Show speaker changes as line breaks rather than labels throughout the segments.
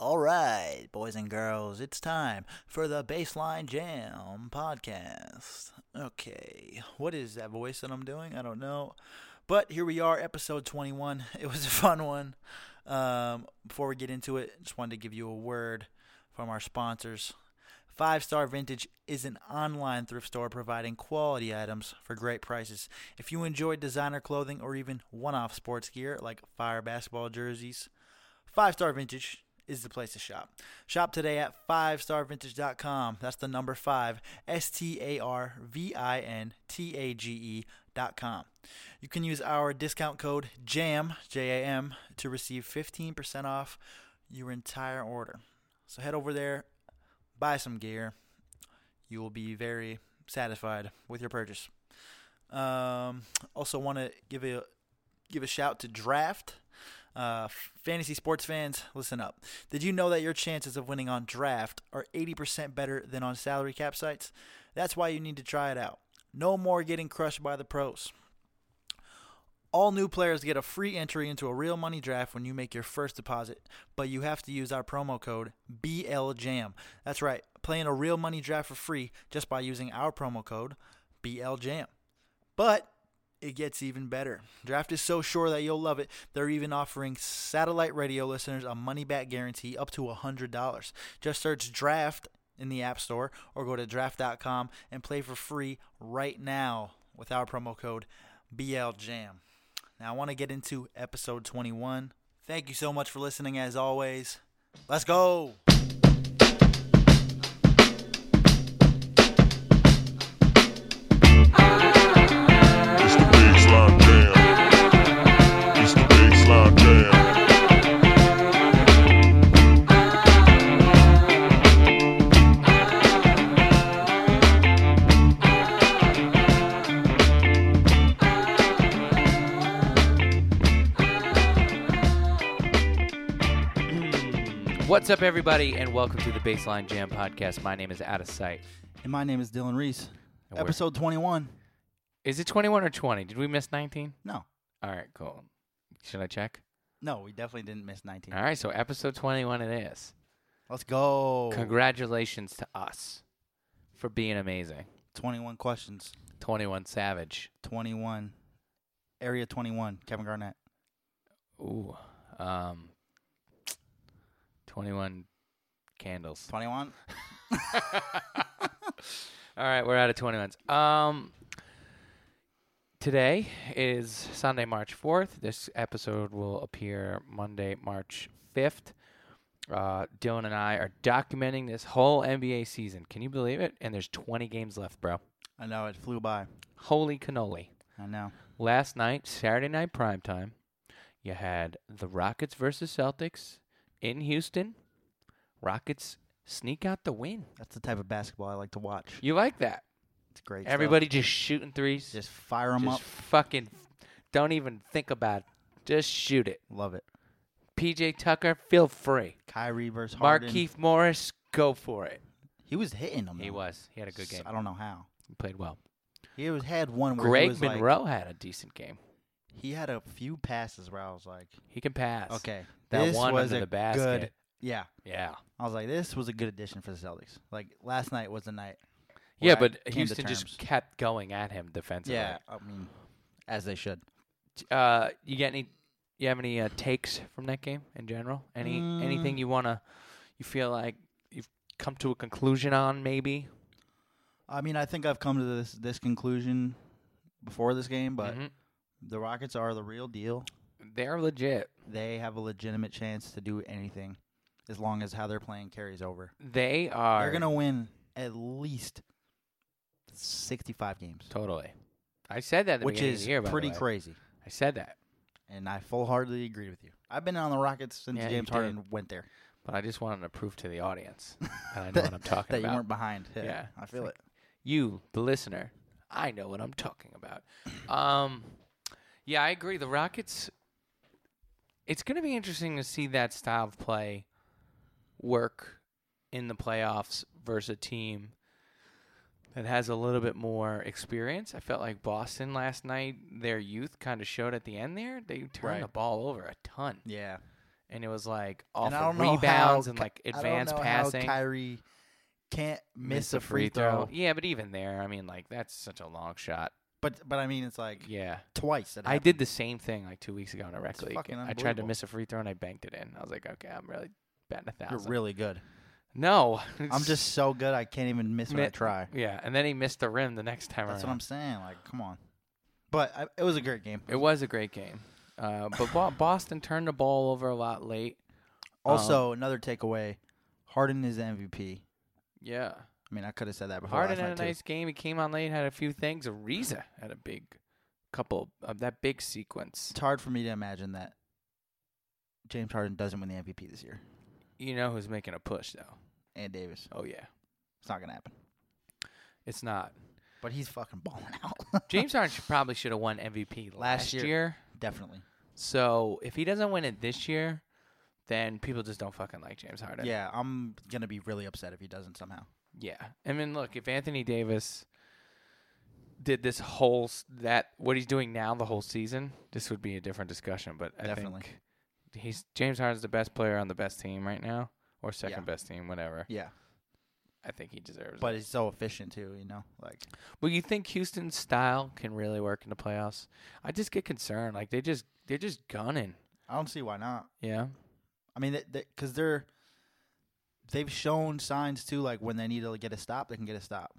All right, boys and girls, it's time for the Baseline Jam podcast. Okay, what is that voice that I'm doing? I don't know. But here we are, episode 21. It was a fun one. Um, before we get into it, just wanted to give you a word from our sponsors. Five Star Vintage is an online thrift store providing quality items for great prices. If you enjoy designer clothing or even one off sports gear like fire basketball jerseys, Five Star Vintage is the place to shop. Shop today at 5starvintage.com. That's the number 5, S T A R V I N T A G E dot com. You can use our discount code JAM, J A M, to receive 15% off your entire order. So head over there, buy some gear. You will be very satisfied with your purchase. Um, also want to give a give a shout to Draft. Uh, fantasy sports fans, listen up. Did you know that your chances of winning on draft are 80% better than on salary cap sites? That's why you need to try it out. No more getting crushed by the pros. All new players get a free entry into a real money draft when you make your first deposit, but you have to use our promo code BLJAM. That's right, playing a real money draft for free just by using our promo code BLJAM. But it gets even better. Draft is so sure that you'll love it. They're even offering satellite radio listeners a money back guarantee up to $100. Just search Draft in the App Store or go to draft.com and play for free right now with our promo code BLJAM. Now, I want to get into episode 21. Thank you so much for listening as always. Let's go.
It's the baseline jam. It's the baseline jam.
What's up, everybody, and welcome to the Baseline Jam podcast. My name is Out of Sight.
And my name is Dylan Reese.
And we're-
Episode 21.
Is it 21 or 20? Did we miss 19?
No,
All right, cool. Should I check?
no, we definitely didn't miss 19.
All right, so episode 21 it is.
Let's go.
Congratulations to us for being amazing.
21 questions.
21 Savage.
21. Area 21, Kevin Garnett.
Ooh. Um, 21 candles.
21?
All right, we're out of 21s. Um, today is Sunday, March 4th. This episode will appear Monday, March 5th. Uh, Dylan and I are documenting this whole NBA season. Can you believe it? And there's 20 games left, bro.
I know, it flew by.
Holy cannoli.
I know.
Last night, Saturday night primetime, you had the Rockets versus Celtics in Houston. Rockets sneak out the win.
That's the type of basketball I like to watch.
You like that?
It's great. stuff.
Everybody just shooting threes.
just fire them up.
just fucking don't even think about it. Just shoot it.
Love it.
PJ Tucker, feel free.
Kyrie versus Harden.
Markeith Morris, go for it.
He was hitting them.
He was. He had a good game.
I don't know how.
He played well.
He was, had one where he
Greg
was like-
Monroe had a decent game.
he had a few passes where I was like,
He can pass.
okay,
That
this
one
was
under
a
the basket.
good. Yeah,
Yeah.
I was like, this was a good addition for the Celtics. Like last night was the night. where
Yeah,
I
but
came to
Houston just
terms.
kept going at him defensively.
Yeah, I mean, as they should.
Uh, you get any? You have any uh, takes from that game in general? Any
Mm.
anything you wanna? You feel like you've come to a conclusion on maybe?
I mean, I think I've come to this this conclusion before this game, but
Mhm.
the Rockets are the real deal.
they're legit.
They have a legitimate chance to do anything, as long as how they're playing carries over.
They are.
They're gonna win at least sixty-five games,
Totally. I said that at the
which
beginning of
is
the year, by the
pretty
way.
crazy.
I said that,
And I full-heartedly agree with you. I've been on the Rockets since
Yeah, you
James Harden went there.
but I just wanted to prove to the audience that I know what I'm talking
that
about.
you weren't behind. Yeah,
Yeah,
I
it's
feel
like-
it.
You, the listener, I know what I'm talking about. Um, yeah, I agree. The Rockets. It's going to be interesting to see that style of play work in the playoffs versus a team that has a little bit more experience. I felt like Boston last night, their youth kind of showed at the end there. They turned
Right.
the ball over a ton.
Yeah,
and it was like off
And I don't
of
know
rebounds
how,
and
Ky-
like advanced
I don't know
passing.
How Kyrie can't miss, a free throw.
Yeah, but even there, I mean, like that's such a long shot.
But but I mean, it's like
Yeah,
twice. That
I did the same thing like two weeks ago in a rec
It's
league.
fucking
I tried to
unbelievable.
miss a free throw and I banked it in. I was like, okay, I'm really betting a
You're
thousand.
really good.
no,
I'm just so good. I can't even miss when I
Mi-
try.
yeah. And then he missed the rim the next time.
That's what
around.
I'm saying. Like, come on. But I, it was a great game.
It was a great game, uh, but Bo- Boston turned the ball over a lot late.
Also, another takeaway: Harden is the MVP.
Yeah,
I mean, I could have said that before.
Harden
last
had a
night, too.
nice game. He came on late, had a few things. Ariza had a big couple of that big sequence.
It's hard for me to imagine that James Harden doesn't win the MVP this year.
You know who's making a push though?
And Davis,
Oh yeah,
it's not gonna happen.
it's not.
But he's fucking balling out.
James Harden should, probably should have won MVP last,
Last year.
year.
definitely.
So if he doesn't win it this year, then people just don't fucking like James Harden.
Yeah, I'm gonna be really upset if he doesn't somehow.
Yeah. I mean, look, if Anthony Davis did this whole s- that what he's doing now the whole season, this would be a different discussion. But I
Definitely.
think he's James Harden's the best player on the best team right now, or second
Yeah.
best team, whatever.
Yeah,
I think he deserves
but
it.
he's so efficient too. You know, like
Well, you think Houston's style can really work in the playoffs? I just get concerned. Like they just they're just gunning.
I don't see why not.
Yeah.
I mean, because they, 'cause they're they've shown signs too. Like when they need to get a stop, they can get a stop.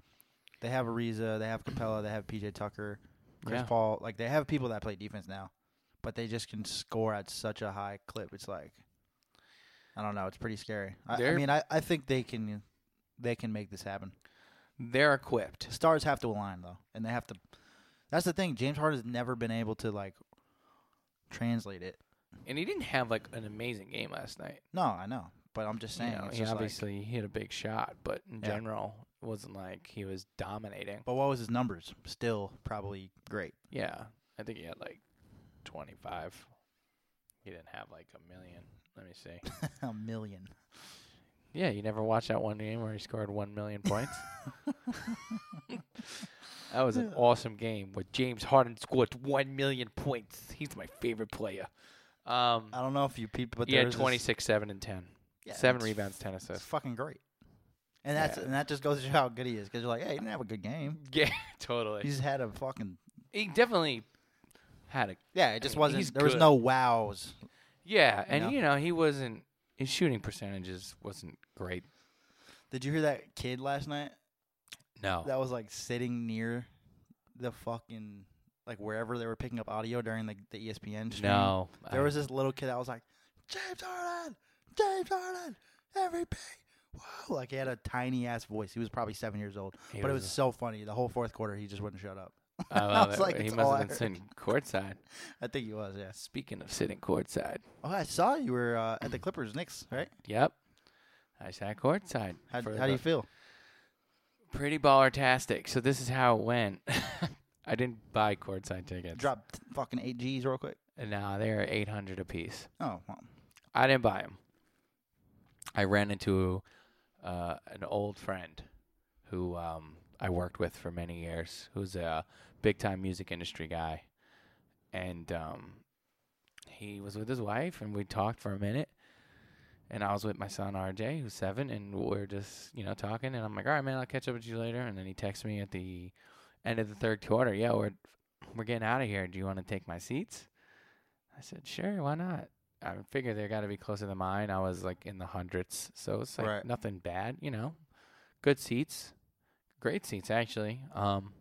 They have Ariza, they have Capella, they have PJ Tucker, Chris
Yeah.
Paul. Like they have people that play defense now, but they just can score at such a high clip. It's like I don't know. It's pretty scary. I, I
They're-
mean, I, I think they can they can make this happen.
They're equipped.
Stars have to align though, and they have to. That's the thing. James Harden's never been able to like translate it.
And he didn't have like an amazing game last night.
No, I know, but I'm just
You
saying.
know,
it's
he
just like-
obviously hit a big shot, but in
Yeah.
general, it wasn't like he was dominating.
But what was his numbers? Still probably great.
Yeah, I think he had like 25. He didn't have like a million. Let me see.
a million.
Yeah, you never watched that one game where he scored 1 million points? that was an awesome game where James Harden scored 1 million points. He's my favorite player. Um,
I don't know if you people, Uh, but
he had
there's this-
26, 7, and 10.
Yeah,
7
it's
rebounds, 10
It's
assists.
fucking great. And that's
Yeah.
and that just goes to show how good he is because you're like, hey, he didn't have a good game.
Yeah, totally.
He just had a fucking
he definitely had a
yeah. It just
mean,
wasn't.
he's
There was
good.
no wows.
Yeah, and
know?
you know he wasn't his shooting percentages wasn't great.
Did you hear that kid last night?
No.
That was like sitting near the fucking like wherever they were picking up audio during the, E the ESPN stream.
no.
There
I-
was this little kid that was like, James Harden, James Harden, MVP. Wow. Like he had a tiny ass voice. He was probably seven years old.
he
but it was so funny. The whole fourth quarter, he just wouldn't shut up.
I
I
love
was
it.
like,
he
it's
must
all
have
I
been
heard.
sitting courtside.
I think he was, yes.
Speaking of sitting courtside,
Oh, I saw you were uh, at the Clippers Knicks, right?
yep, I sat courtside.
How,
for
how do you
the
feel?
Pretty ballertastic. So this is how it went. I didn't buy courtside tickets.
Dropped fucking eight G's real quick.
No, they were eight hundred apiece.
Oh, well,
I didn't buy them. I ran into uh, an old friend who um, I worked with for many years, who's a big time music industry guy, and um, he was with his wife, and we talked for a minute. And I was with my son RJ, who's seven, and we are just you know talking, and I'm like, all right, man, I'll catch up with you later. And then he texts me at the end of the third quarter, yeah, we're we're getting out of here. Do you want to take my seats? I said, sure, why not? I figured they got to be closer to mine. I was like in the hundreds, so it's like
Right.
nothing bad, you know. Good seats, great seats actually. Um,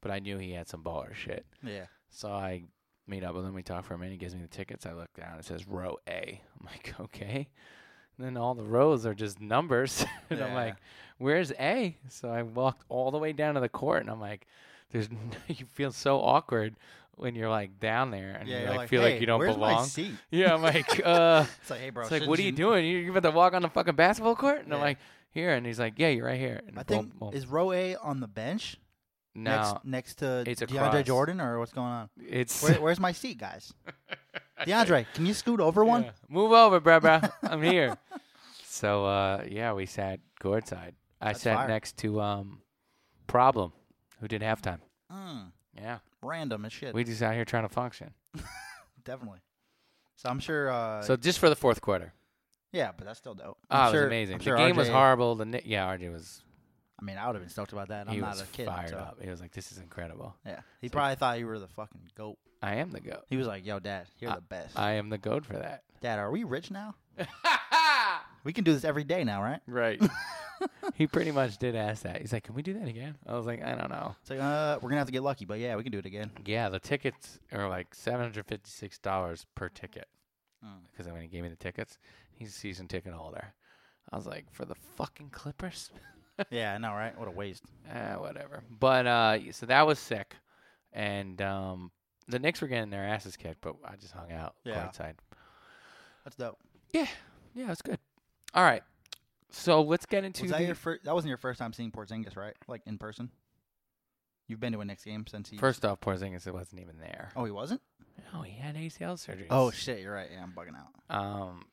but I knew he had some baller shit,
yeah.
so I meet up with him. We talk for a minute. He gives me the tickets. I look down. It says row A. I'm like, okay. And then all the rows are just numbers, and I'm
Yeah.
like, where's A? So I walked all the way down to the court, and I'm like, there's n- you feel so awkward when you're like down there and
Yeah,
you
you're
like, feel like
"Hey,
you don't
where's My
belong.
seat?
Yeah, I'm like, uh,
It's like, hey, bro.
it's like,
shouldn't
what are you doing? You- You're about to walk on the fucking basketball court? And I'm
Yeah.
like, here. And he's like, yeah, you're right here. And
I
boom,
think
boom.
is row A on the bench
no,
next next to
it's
DeAndre
across.
Jordan or what's going on?
it's
Where, where's my seat, guys? DeAndre, can you scoot over one?
Yeah. Move over, bruh, bruh. I'm here. So uh, yeah, we sat courtside. I
That's
sat
fire.
next to um, Problem, who did halftime.
Mm,
Yeah,
random as shit.
we just out here trying to function.
Definitely. So I'm sure. Uh,
so just for the fourth quarter.
yeah, but that's still dope.
Oh, it
I'm
was
sure,
amazing.
I'm sure
the game was
RJ
horrible. The ni- yeah, RJ was
I mean, I would have been stoked about that. I'm
he
not
was
a kid.
fired
so,
up. He was like, "This is incredible.
Yeah, he
So-
probably thought you were the fucking goat.
I am the goat.
He was like, "Yo, Dad, you're the best.
I am the goat for that."
Dad, are we rich now? We can do this every day now, right?"
right. he pretty much did ask that. He's like, "Can we do that again?" I was like, "I don't know."
It's like, uh, we're gonna have to get lucky, but yeah, we can do it again.
Yeah, the tickets are like seven hundred fifty-six dollars per ticket
Mm.
because when he gave me the tickets, he's a season ticket holder. I was like, "For the fucking Clippers."
yeah, I know, right? What a waste.
Ah, whatever. But uh, so that was sick, and um, the Knicks were getting their asses kicked, but I just hung out
Yeah.
courtside.
That's dope.
Yeah, it's good. All right, so let's get into
Was that
the
your first? That wasn't your first time seeing Porzingis, right? Like in person. You've been to a Knicks game since he.
first off. Porzingis wasn't even there.
Oh, he wasn't.
Oh, he had ACL surgery.
Oh shit, you're right. Yeah, I'm bugging out.
um,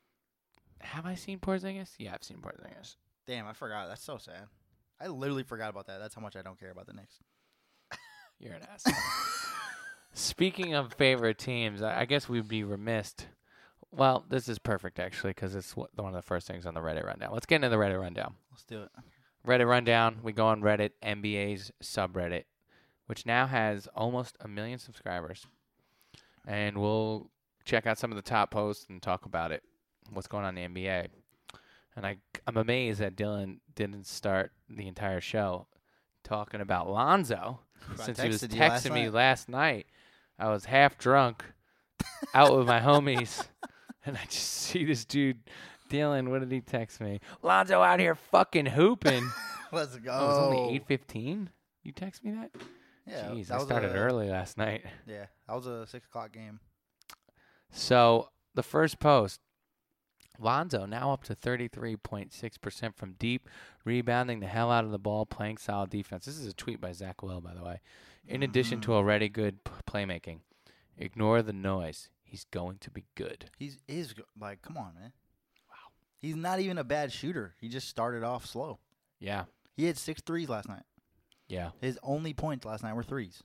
have I seen Porzingis? Yeah, I've seen Porzingis.
Damn, I forgot. That's so sad. I literally forgot about that. That's how much I don't care about the Knicks.
You're an ass. Speaking of favorite teams, I I guess we'd be remiss. Well, this is perfect actually because it's wh- one of the first things on the Reddit rundown. Let's get into the Reddit rundown.
Let's do it.
Reddit rundown. We go on Reddit, NBA's subreddit, which now has almost a million subscribers. And we'll check out some of the top posts and talk about it. What's going on in the NBA. And I, I'm amazed that Dylan didn't start the entire show talking about Lonzo
I
since he was
texted you last
texting me
night.
last night. I was half drunk out with my homies, and I just see this dude, Dylan. What did he text me? Lonzo out here fucking hooping.
Let's go.
Oh, it was only eight fifteen. You text me that?
Yeah,
Jeez,
that
I
was
started
a-
early last night.
Yeah, that was a six o'clock game.
So the first post, Lonzo now up to thirty three point six percent from deep, rebounding the hell out of the ball, playing solid defense. This is a tweet by Zach Will, by the way. In addition
Mm.
to already good p- playmaking, ignore the noise. He's going to be good.
He's is go- like, come on, man. Wow. He's not even a bad shooter. He just started off slow.
Yeah,
He had six threes last night.
yeah.
His only points last night were threes.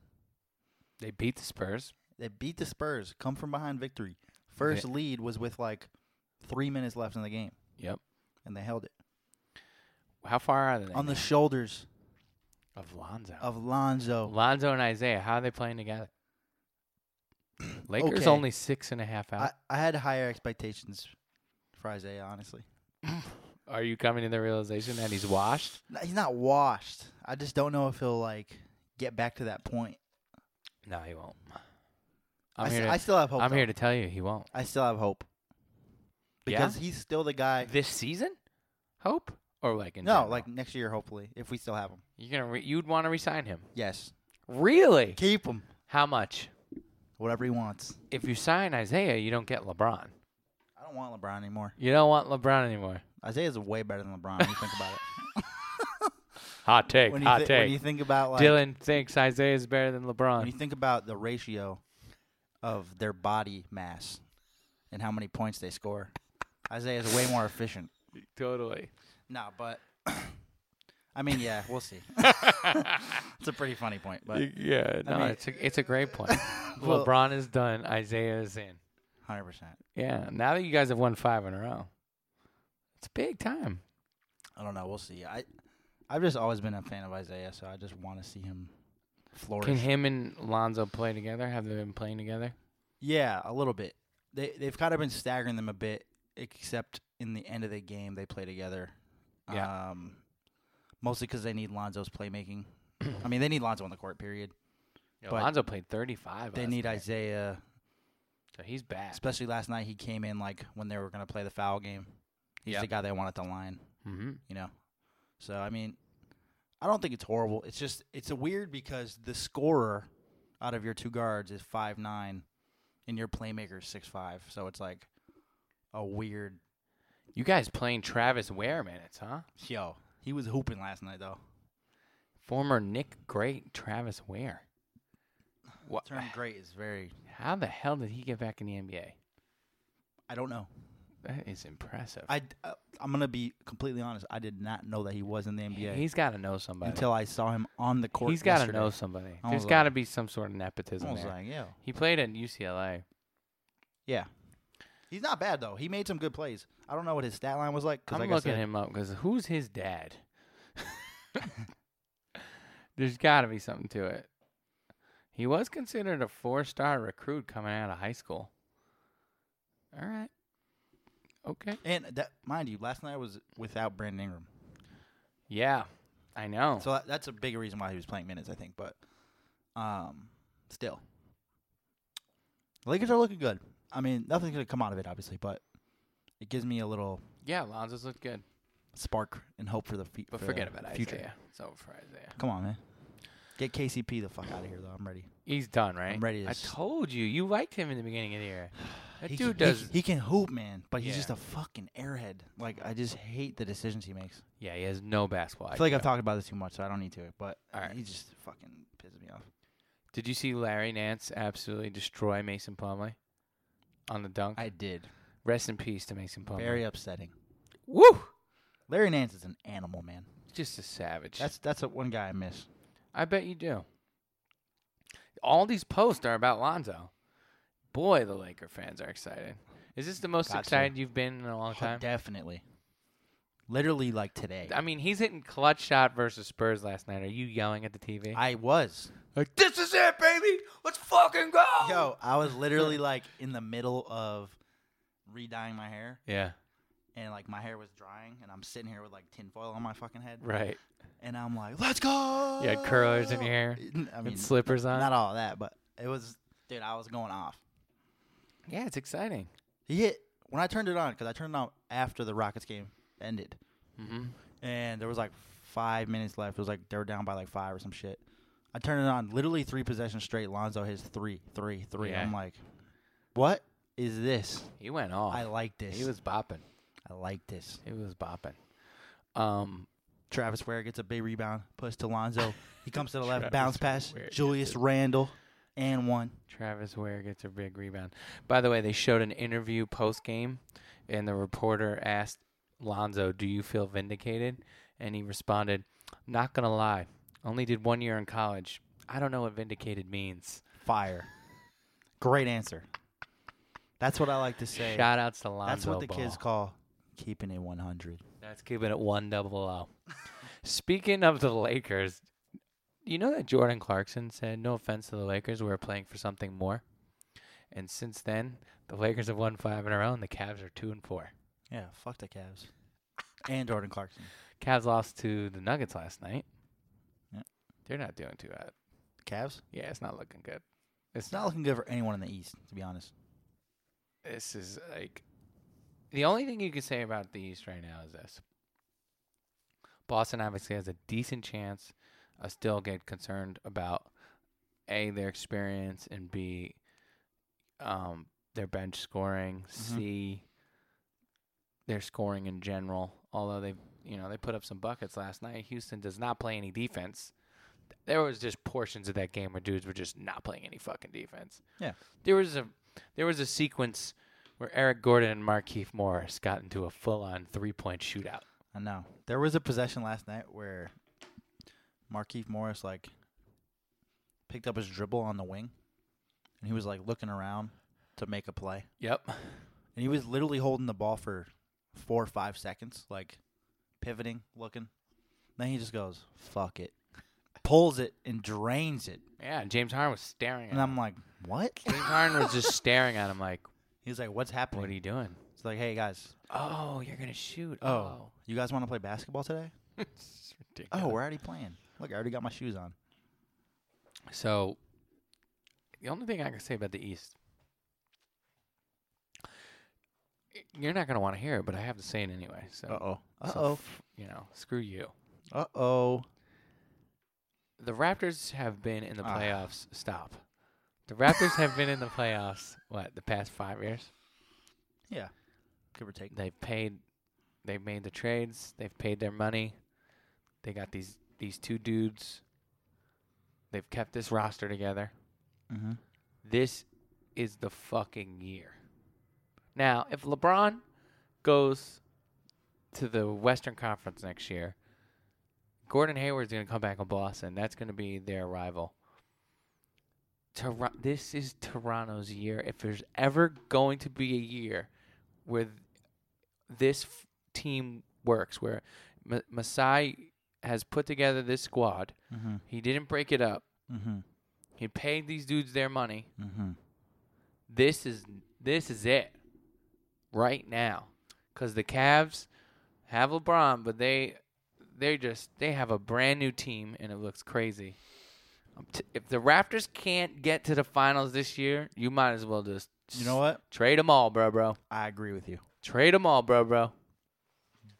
They beat the Spurs.
They beat the Spurs. Come from behind victory. First lead was with like three minutes left in the game,
Yep.
and they held it
How far are they
on the
now?
shoulders
of Lonzo?
of Lonzo.
Lonzo and Isaiah, how are they playing together? Lakers
Okay.
only six and a half out.
I, I had higher expectations for Isaiah, honestly.
Are you coming to the realization that he's washed?
No, He's not washed. I just don't know if he'll like get back to that point.
No, he won't.
I,
I'm
s-
here.
I
To,
still have hope.
I'm
though.
here to tell you, he won't.
I still have hope because he's still the guy.
This season, hope or like in
no,
general?
like next year, hopefully, if we still have him.
you're gonna re- you'd want to resign him.
Yes,
Really?
keep him.
How much?
Whatever he wants.
If you sign Isaiah, you don't get LeBron.
I don't want LeBron anymore.
You don't want LeBron anymore.
Isaiah's way better than LeBron. When you think about it.
Hot take.
When you,
hot
thi-
take.
when you think about like
Dylan thinks Isaiah is better than LeBron.
when you think about the ratio of their body mass and how many points they score, Isaiah's way more efficient.
totally.
No, but I mean, yeah, we'll see. it's a pretty funny point, but
Y- yeah, no,
mean-
it's a it's a great point.
Well-
LeBron is done. Isaiah is in.
hundred percent.
Yeah, now that you guys have won five in a row, it's big time.
I don't know. We'll see. I I've just always been a fan of Isaiah, so I just want to see him flourish.
Can him and Lonzo play together? Have they been playing together?
yeah, a little bit. They they've kind of been staggering them a bit, except in the end of the game they play together.
Yeah.
Um, mostly because they need Lonzo's playmaking. I mean, they need Lonzo on the court. Period. But
Lonzo played thirty-five.
They
last
need
night,
Isaiah,
so he's back.
especially last night. He came in like when they were gonna play the foul game. He's
Yeah.
the guy they want at the line.
Mm-hmm.
you know. So I mean, I don't think it's horrible. It's just it's a weird because the scorer out of your two guards is five nine, and your playmaker is six five. So it's like a weird
You guys playing Travis Ware minutes, huh?
yo. He was hooping last night though.
Former Nick great Travis Ware. What?
Term great is very
How the hell did he get back in the NBA?
I don't know.
That is impressive.
I uh, I'm gonna be completely honest. I did not know that he was in the NBA
He's got to know somebody.
until I saw him on the court.
He's got to
yesterday.
know somebody.
I
There's
was
got to be some sort of
I
nepotism
was
there.
like, yo,
he played at UCLA.
yeah. He's not bad though. He made some good plays. I don't know what his stat line was like. 'cause
I'm
like
looking
I said,
him up because who's his dad? There's got to be something to it. He was considered a four-star recruit coming out of high school. All right. Okay.
And that, mind you, last night was without Brandon Ingram,
Yeah, I know.
so that, that's a big reason why he was playing minutes, I think. But, um, still, Lakers are looking good. I mean, nothing's gonna come out of it, obviously, but it gives me a little
yeah, Lonzo's looked good,
spark and hope for the fe-
but
for
forget
the
about Isaiah.
future.
It's over for Isaiah.
Come on, man, get KCP the fuck out of here, though. I'm ready.
He's done, right?
ready to
I
s-
told you, you liked him in the beginning of the year. That
He
dude
can, he
does.
can- He, can hoop, man, but he's
Yeah.
just a fucking airhead. Like I just hate the decisions he makes.
yeah, he has no basketball.
I feel like
IQ.
I've talked about this too much, so I don't need to. But
All right.
he just fucking pisses me off.
Did you see Larry Nance absolutely destroy Mason Plumley on the dunk?
I did.
Rest in peace to Mason Plumlee.
Very upsetting.
Woo!
Larry Nance is an animal, man.
Just a savage.
That's that's a, one guy I miss.
I bet you do. All these posts are about Lonzo. Boy, the Laker fans are excited. Is this the most
Gotcha.
excited you've been in a long time?
Definitely. Literally like today.
I mean, he's hitting clutch shot versus Spurs last night. Are you yelling at the TV?
I was.
like, this is it, baby. Let's fucking go.
Yo, I was literally like in the middle of redying my hair
Yeah.
and like my hair was drying and I'm sitting here with like tinfoil on my fucking head
Right.
and I'm like, Let's go
You had curlers in your hair
Uh, I mean
and slippers on.
not all that, but it was dude, I was going off.
yeah, it's exciting.
He hit when I turned it on because I turned it on after the Rockets game ended,
Mm-hmm.
and there was like five minutes left. It was like they were down by like five or some shit. I turned it on, literally three possessions straight. Lonzo hits three, three, three.
Yeah.
I'm like, what is this?
He went off.
I like this.
he was bopping.
I like this.
He was bopping. Um,
Travis Ware gets a big rebound, push to Lonzo. He comes to the left,
Travis
bounce pass,
Ware gets
Julius Randle, and one.
Travis Ware gets a big rebound. By the way, they showed an interview post game, and the reporter asked Lonzo, "Do you feel vindicated?" And he responded, "Not gonna lie, only did one year in college. I don't know what vindicated means."
Fire. Great answer. That's what I like to say.
Shout outs to Lonzo.
That's what the kids
Ball.
call keeping it 100.
That's keeping it one double O. Speaking of the Lakers, you know that Jordan Clarkson said, "No offense to the Lakers, we're playing for something more." And since then, the Lakers have won five in a row, and the Cavs are two and four.
Yeah, fuck the Cavs. And Jordan Clarkson.
Cavs lost to the Nuggets last night.
Yeah.
They're not doing too bad.
Cavs?
Yeah, it's not looking good. It's
It's not looking good for anyone in the East, to be honest.
This is like the only thing you can say about the East right now is this: Boston obviously has a decent chance. I still get concerned about a their experience and b um, their bench scoring. C their scoring in general. Although they, you know, they put up some buckets last night. Houston does not play any defense. There was just portions of that game where dudes were just not playing any fucking defense.
Yeah.
There was a there was a sequence where Eric Gordon and Markeith Morris got into a full on three point shootout.
I know. There was a possession last night where Markeith Morris, like, picked up his dribble on the wing, and he was, like, looking around to make a play.
Yep.
And he was literally holding the ball for four or five seconds, like, pivoting, looking. Then he just goes, fuck it. Pulls it and drains it.
Yeah, and James Harden was staring at
And
him.
I'm like, what?
James Harden was just staring at him like,
He's like, what's happening?
What are you doing?
It's like, hey guys,
Oh, you're gonna shoot.
oh, you guys want to play basketball today?
it's ridiculous.
Oh, we're already playing. Look, I already got my shoes on.
So, the only thing I can say about the East, you're not going to want to hear it, but I have to say it anyway. So,
oh. Uh
so
oh.
f- you know, screw you.
Uh oh.
The Raptors have been in the
Ah.
playoffs. Stop. The Raptors have been in the playoffs, what, the past five years?
Yeah. Give or take.
They've paid, they've made the trades, they've paid their money. They got these, these two dudes. They've kept this roster together.
Mm-hmm.
this is the fucking year. Now, if LeBron goes to the Western Conference next year, Gordon Hayward's going to come back on Boston. That's going to be their rival. Tor- this is Toronto's year. If there's ever going to be a year where th- this f- team works, where Ma- Masai has put together this squad.
Mm-hmm.
He didn't break it up.
Mm-hmm.
He paid these dudes their money.
Mm-hmm.
This is this is it right now, because the Cavs have LeBron, but they they just they have a brand new team and it looks crazy. I'm t- if the Raptors can't get to the finals this year, you might as well just
You know what?
trade them all, bro, bro.
I agree with you.
Trade them all, bro, bro.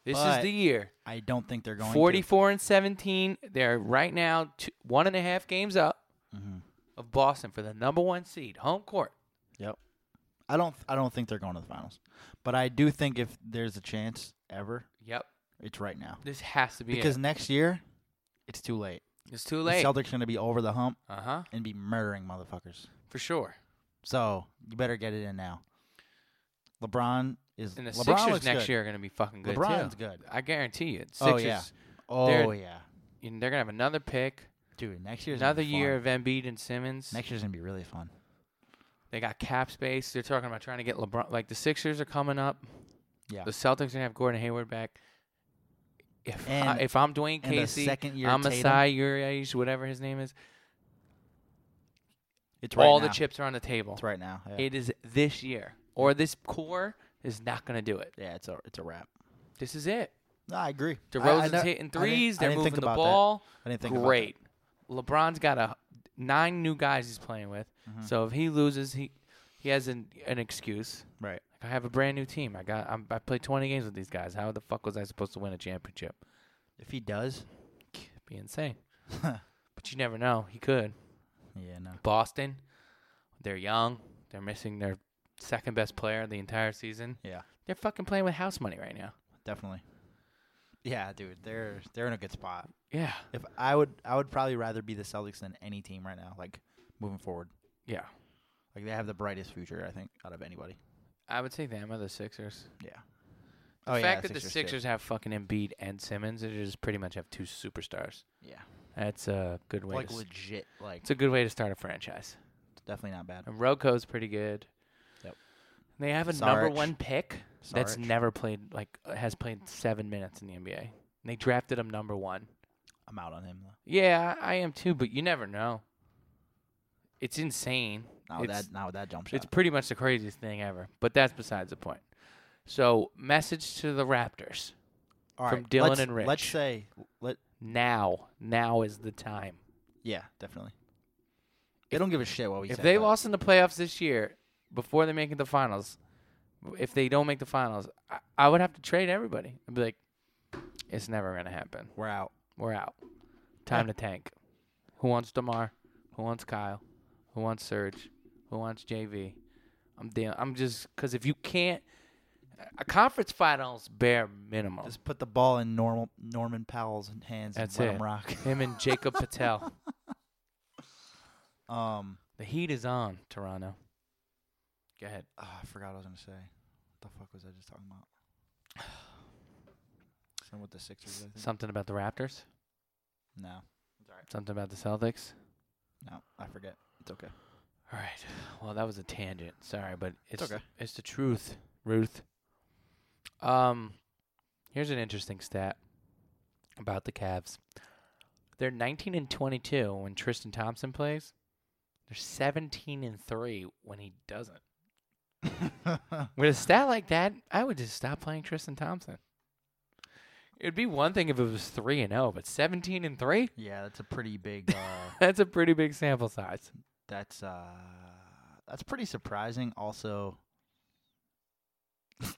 This
But
is the year.
I don't think they're going to.
44 and 17. They're right now two, one and a half games up
Mhm.
of Boston for the number one seed, home court.
Yep. I don't. I don't think they're going to the finals, but I do think if there's a chance ever,
Yep.
it's right now
This has to be
because
it.
next year, it's too late.
It's too
The
late. Uh
Celtics are going to be over the hump
huh.
and be murdering motherfuckers.
For sure.
So you better get it in now. LeBron is.
And the
LeBron
Sixers
looks
next
good.
year are going to be fucking good
LeBron's
too.
good.
I guarantee you. Sixers,
Oh, yeah. Oh
They're-
yeah,
you know, they're going to have another pick,
dude. Next year's gonna
another
be fun.
year of Embiid and Simmons.
Next year's gonna be really fun.
They got cap space. They're talking about trying to get LeBron. Like the Sixers are coming up.
Yeah.
The Celtics are gonna have Gordon Hayward back. If I,
And-
if I'm Dwayne
and the
Casey,
second year
I'm
Tatum-
Masai Urias, whatever his name is.
It's right
all
now.
the chips are on the table.
It's right now. Yeah,
It is this year, or this core is not gonna do it.
Yeah, it's a it's a wrap.
This is it.
No, I agree. I- I
DeRozan's
know-
hitting
I didn't-
threes.
I
They're
didn't
moving
think
the
about that.
ball.
I didn't think about that.
Great. LeBron's got a nine new guys he's playing with.
Mm-hmm.
So if he loses, he he has an an excuse.
Right.
Like, I have a brand new team. I got. I'm, I played 20 games with these guys. How the fuck was I supposed to win a championship?
If he does,
It'd be insane. but you never know. He could.
yeah, no.
Boston. They're young. They're missing their second best player the entire season.
Yeah,
They're fucking playing with house money right now.
definitely. Yeah, dude, they're they're in a good spot.
Yeah.
If I would I would probably rather be the Celtics than any team right now, like moving forward.
Yeah.
Like they have the brightest future, I think, out of anybody.
I would say them or the Sixers.
Yeah. Oh,
The fact that the Sixers have fucking Embiid and Simmons, they just pretty much have two superstars.
did. Yeah.
That's a good way.
Like
to, s-
legit, like
it's a good way to start a franchise.
definitely not bad.
And Roko's pretty good.
Yep.
They have a number
Saric.
one pick that's
Saric.
never played like uh, has played seven minutes in the NBA. And they drafted him number one.
I'm out on him though.
Yeah, I am too, but you never know. It's insane.
Now
it's,
that now that jump shot.
it's pretty much the craziest thing ever. But that's besides the point. So message to the Raptors.
All
from Dylan
let's-
and
Let's
Rich.
say let
Now. Now is the time.
yeah, definitely. They don't give a shit what we
If
say.
they
but
lost in the playoffs this year, before they make it the finals, if they don't make the finals, I, I would have to trade everybody. I'd be like, it's never gonna happen.
we're out.
We're out. Time
Yeah.
to tank. Who wants Demar? Who wants Kyle? Who wants Serge? Who wants JV? I'm damn. I'm just because if you can't, a conference finals bare minimum.
Just put the ball in normal Norman Powell's hands
That's
and
it.
let him rock.
Him and Jacob Patel.
Um,
The heat is on Toronto. Go ahead.
oh, I forgot what I was gonna say. What the fuck was I just talking about? Something with the Sixers. I think.
Something about the Raptors.
no,
Something about the Celtics.
no, I forget. It's okay.
All right. Well, that was a tangent. Sorry, but it's
okay.
It's the truth, Ruth. Um, here's an interesting stat about the Cavs. They're 19 and 22 when Tristan Thompson plays. They're 17 and three when he doesn't. With a stat like that, I would just stop playing Tristan Thompson. It'd be one thing if it was three and zero, but 17 and three.
yeah, that's a pretty big. Uh,
That's a pretty big sample size.
that's uh, that's pretty surprising. Also,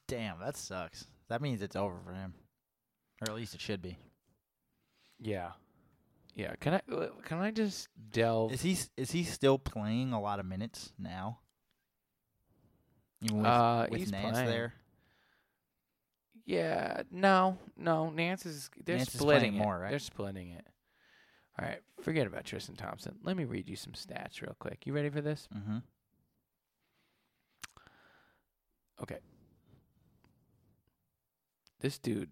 damn, that sucks. That means it's over for him, or at least it should be.
Yeah. Yeah. Can I uh, can I just delve
Is he s- is he still playing a lot of minutes now? Even with,
Uh,
with
he's
Nance
playing.
there,
Yeah, no, no. Nance is they're
Nance is playing
splitting it.
more, right?
They're splitting it. All right, forget about Tristan Thompson. Let me read you some stats real quick. You ready for this?
mm-hmm.
Okay. This dude,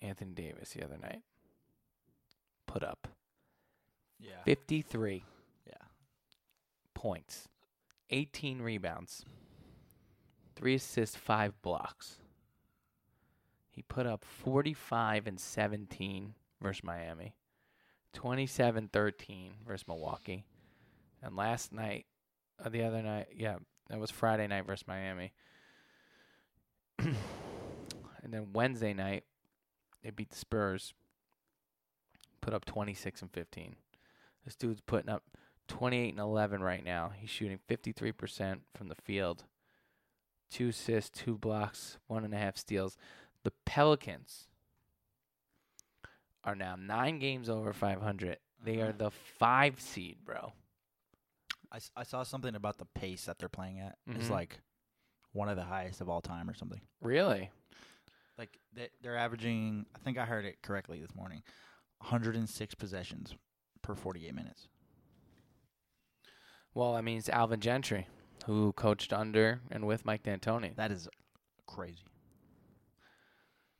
Anthony Davis, the other night put up
yeah,
53
yeah,
points, 18 rebounds, three assists, five blocks. He put up 45 and 17 versus Miami, 27 13 versus Milwaukee. And last night, uh, the other night, yeah, that was Friday night versus Miami. and then Wednesday night, they beat the Spurs, put up 26 and 15. This dude's putting up 28 and 11 right now. He's shooting 53% from the field, two assists, two blocks, one and a half steals. The Pelicans are now nine games over 500. They are the five seed, bro.
I, s- I saw something about the pace that they're playing at.
Mhm.
It's like one of the highest of all time or something.
Really?
Like they, they're averaging, I think I heard it correctly this morning, 106 possessions per 48 minutes.
Well, I mean, it's Alvin Gentry, who coached under and with Mike D'Antoni.
That is crazy.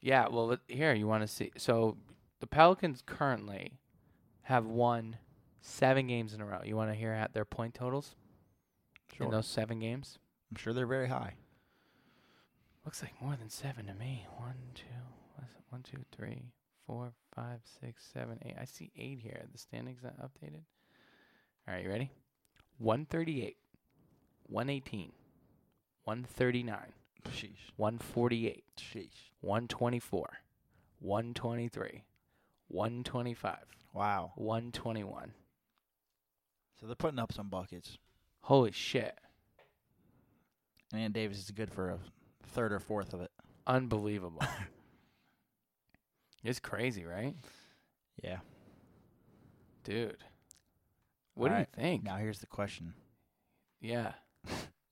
Yeah, well, let- here you want to see. So the Pelicans currently have won seven games in a row. You want to hear at their point totals in those seven games?
I'm sure they're very high.
Looks like more than seven to me. One, two, what's it? one, two, three, four, five, six, seven, eight. I see eight here. The standings not updated. All right, you ready? 138, 118, 139,
Sheesh.
148,
Sheesh.
124, 123, 125,
Wow.
121.
So they're putting up some buckets.
Holy shit.
And Ann Davis is good for a third or fourth of it.
Unbelievable. it's crazy, right?
Yeah.
Dude. What do
Alright,
you think?
Now here's the question.
Yeah.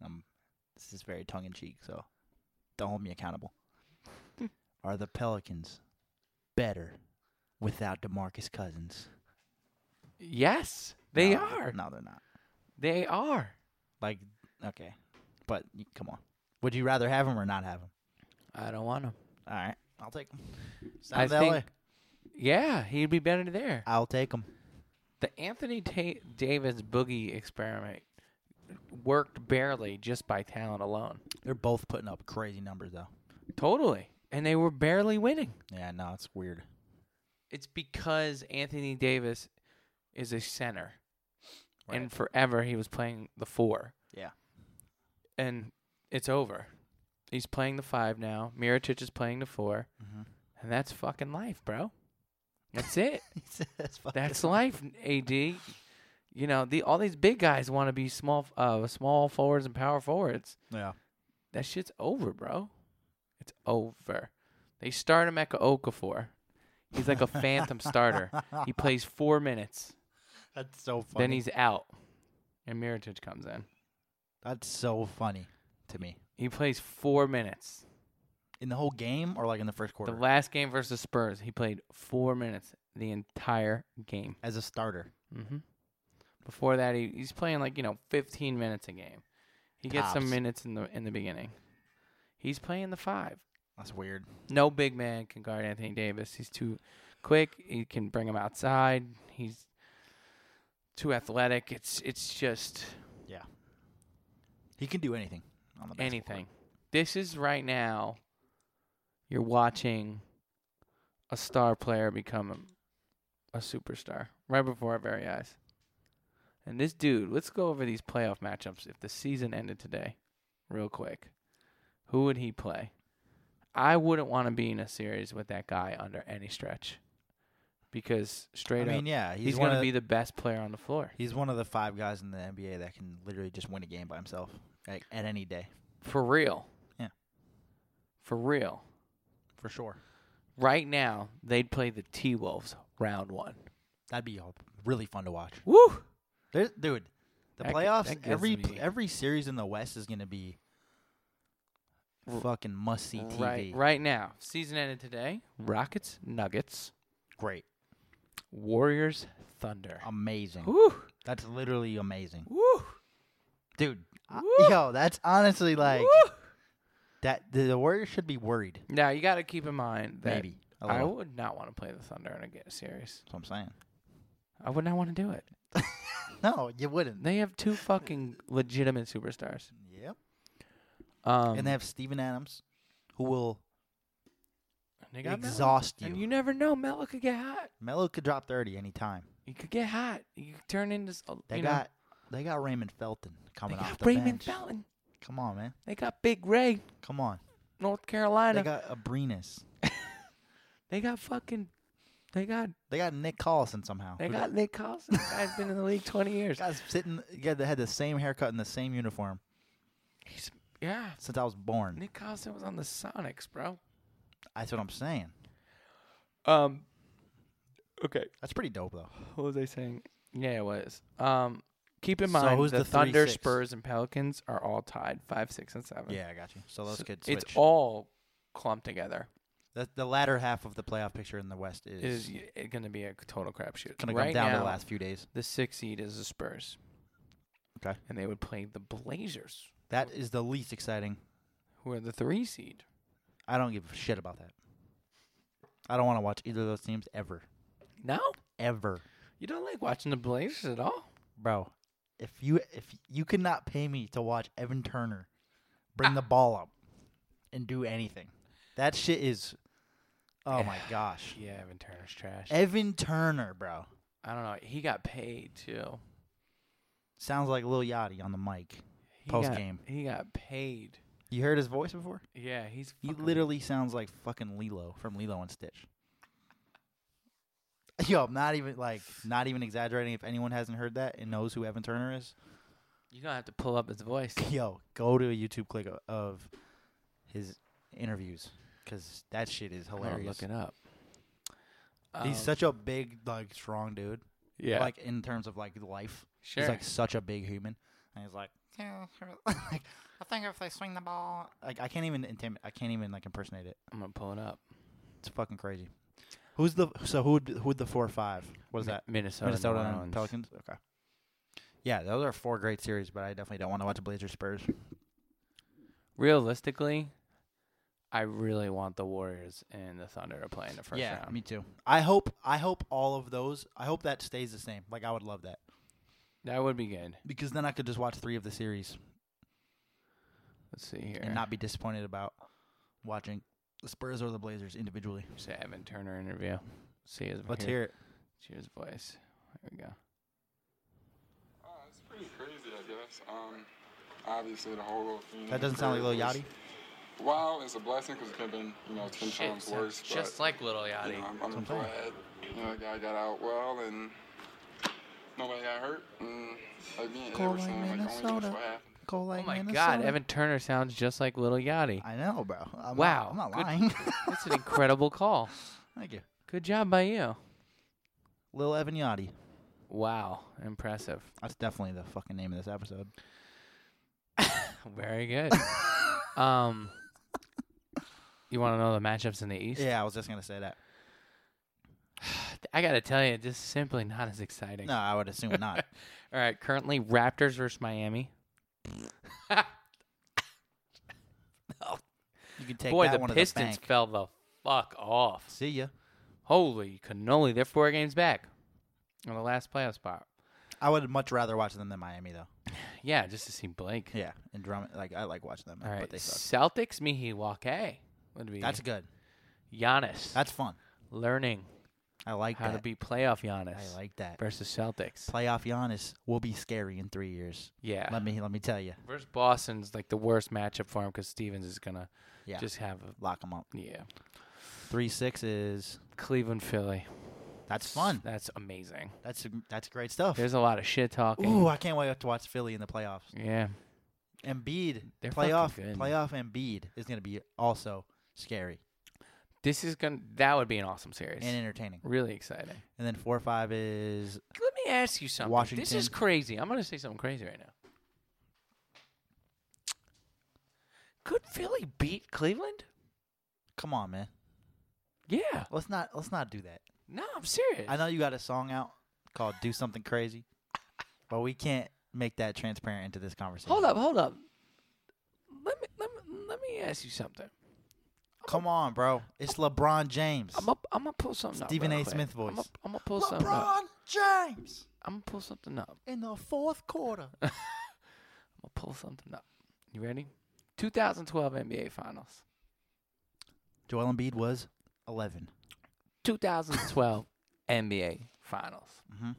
Um, this is very tongue in cheek, so don't hold me accountable. Are the Pelicans better without DeMarcus Cousins?
Yes, they
No,
are.
No, they're not.
They are.
Like, okay, but y- come on. Would you rather have him or not have him?
I don't want him.
All right, I'll take him.
I think. Yeah, he'd be better there.
I'll take him.
The Anthony Ta- Davis boogie experiment worked barely just by talent alone.
They're both putting up crazy numbers, though.
Totally, and they were barely winning.
Yeah, no, it's weird.
It's because Anthony Davis is a center, and
Right.
forever he was playing the four.
Yeah.
and it's over. He's playing the five now. Miritich is playing the four,
Mhm.
and that's fucking life, bro. That's it.
That's fucking-
That's life, AD. You know, the all these big guys want to be small, uh, small forwards and power forwards.
yeah.
That shit's over, bro. It's over. They start him at Okafor. He's like a phantom starter. He plays four minutes,
That's so funny.
then he's out, and Miritich comes in.
That's so funny to me.
He plays four minutes.
In the whole game, or like in the first quarter,
The last game versus Spurs, he played four minutes the entire game.
as a starter.
hmm Before that, he, he's playing like you know 15 minutes a game. He gets some
Tops.
minutes in the in the beginning. He's playing the five.
That's weird.
No big man can guard Anthony Davis. He's too quick. He can bring him outside. He's too athletic. It's it's just
He can do anything on the basketball
anything. This is right now. You're watching a star player become a, a superstar right before our very eyes. And this dude, let's go over these playoff matchups. If the season ended today, real quick, who would he play? I wouldn't want to be in a series with that guy under any stretch, because
court.
straight
I
up,
mean, yeah, he's,
he's,
one
going to
of,
be the best player on the floor
he's one of the five guys in the NBA that can literally just win a game by himself at, at any day
for real.
Yeah.
for real.
for sure.
right now they'd play the T Wolves round one.
That'd be a- really fun to watch.
Woo!
There, dude, the
That g-
playoffs.
that gives
every
me-
every series in the West is gonna be
R-
fucking must see TV.
Right, right now, season ended today. Rockets, Nuggets,
Great,
Warriors, Thunder.
Oh. amazing.
Woo!
That's literally amazing,
Woo!
dude. I-
Woo!
yo, that's honestly like
Woo!
that. The, the Warriors should be worried.
Now you got to keep in mind that
Maybe a
I
little.
would not want to play the Thunder in a ga- series.
That's what I'm saying.
I would not want to do it.
No, you wouldn't.
They have two fucking legitimate superstars.
Yep.
Um,
and they have Steven Adams, who will
they got Melo.
exhaust
And
you.
you never know. Melo could get hot.
Melo could drop thirty anytime.
He could get hot. He could turn into. s-
They
you know,
got they got Raymond Felton
they
coming
got
off the
Raymond
bench.
Felton.
Come on, man.
They got Big Ray,
Come on.
North Carolina.
They got Abrinas.
They got fucking. They got
They got Nick Collison somehow.
they
who
got Nick Carlson. This guy's been in the league twenty years.
guys sitting. Yeah, they had the same haircut and the same uniform
He's, yeah,
since I was born.
Nick Carlson was on the Sonics, bro.
That's what I'm saying.
Um. Okay,
That's pretty dope, though.
what was I saying? Yeah, it was. Um, keep in
So
mind
who's
the,
the three,
Thunder,
six?
Spurs, and Pelicans are all tied five, six, and seven.
Yeah, I got you. So those
So
could switch.
it's all clumped together.
the, the latter half of the playoff picture in the West is,
It is going to be a total crapshoot.
gonna
right
come down to
now,
the last few days.
The six seed is the Spurs.
Okay.
And they would play the Blazers,
That is the least exciting.
who are the three seed.
I don't give a shit about that. I don't want to watch either of those teams ever,
No,
ever,
you don't like watching the Blazers at all.
bro. If you if you could not pay me to watch Evan Turner bring the ball up and do anything, that shit is. Oh my gosh,
Yeah, Evan Turner's trash.
Evan Turner, bro.
I don't know. He got paid too.
Sounds like Lil Yachty on the mic.
He got-
Postgame.
he got paid.
You heard his voice before?
Yeah, he's.
He
fucking-
literally sounds like fucking Lilo from Lilo and Stitch. Yo, I'm not even like not even exaggerating. If anyone hasn't heard that and knows who Evan Turner is,
You don't have to pull up his voice.
yo, go to a YouTube clip o- of his interviews because that shit is
I'm gonna
hilarious.
Oh, Look it up.
He's
Um,
such a big, like, strong dude.
yeah.
Like in terms of like life,
sure.
he's like such a big human, and he's like,
Yeah, like, I think if they swing the ball,
like I can't even intim- I can't even like impersonate it.
I'm gonna pull it up.
It's fucking crazy. Who's the so who would- who would the four or five? What is
Mi-
that?
Minnesota,
Minnesota
New
and
Orleans.
Pelicans. Okay. Yeah, those are four great series, but I definitely don't want to watch the Blazers Spurs.
Realistically, I really want the Warriors and the Thunder to play in the first round.
me too. I hope I hope all of those. I hope that stays the same. Like I would love that
that would be good.
because then I could just watch three of the series
Let's see here.
and not be disappointed about watching the Spurs or the Blazers individually.
Say Evan Turner interview. See his
Let's hear it.
see his voice. There we go.
Uh, it's pretty crazy, I guess. Um, obviously, the whole little thing.
That doesn't sound like Lil
was-
Yachty.
Wow, it's a blessing because it could have been, you know, 10 times worse.
just
but,
like Little
you
Yachty.
know, I'm, I'm
That's what I'm
glad, you know, the guy got out well and nobody got hurt. And, like, me and
Go
Everson,
like
like, only
Minnesota.
knows what happened.
Go
oh
like
my God,
Minnesota.
Evan Turner sounds just like Little Yachty.
I know, bro. I'm Not,
Wow,
I'm not
good-
lying.
That's an incredible call.
Thank you,
Good job by you.
Lil Evan Yachty.
Wow, impressive.
That's definitely the fucking name of this episode.
Very good. um, you want to know the matchups in the East?
Yeah, I was just gonna say that.
I gotta tell you, just simply not as exciting.
No, I would assume not.
All right, currently Raptors versus Miami.
You can take
Boy,
that
the
one to the
Pistons
bank.
fell the fuck off.
See ya.
Holy cannoli, they're four games back on the last playoff spot.
I would much rather watch them than Miami, though.
Yeah, just to see Blake.
Yeah, and Drummond. Like I like watching them,
All right,
but they suck.
Celtics Milwaukee would be
That's good.
Giannis
That's fun.
learning
I like
how
that.
to beat playoff Giannis
I like that.
versus Celtics.
Playoff Giannis will be scary in three years.
yeah,
Let me let me tell you.
versus Boston's like the worst matchup for him because Stevens is gonna
Yeah, just
just have a
lock them up.
yeah.
Three sixes.
Cleveland Philly.
That's fun.
That's amazing.
That's that's great stuff.
There's a lot of shit talking.
Ooh, I can't wait to watch Philly in the playoffs.
yeah.
Embiid
They're fucking
playoff
good.
playoff Embiid is going to be also scary
This is gonna that would be an awesome series.
and entertaining.
really exciting.
And then four five is
Let me ask you something. This is
Washington.
crazy. I'm gonna say something crazy right now. Could Philly beat Cleveland?
come on, man.
Yeah.
Let's not let's not do that.
No, I'm serious.
I know you got a song out called "Do Something Crazy," but we can't make that transparent into this conversation.
Hold up, hold up. Let me let me let me ask you something.
come on, bro. It's LeBron James.
I'm up. I'm gonna pull something up.
Stephen
real
A.
quick.
Smith
I'm
voice.
gonna- I'm gonna pull something up.
James
I'm gonna pull something up.
in the fourth quarter.
I'm gonna pull something up. You ready? 2012 NBA Finals.
Joel Embiid was 11.
2012 NBA Finals.
Mhm.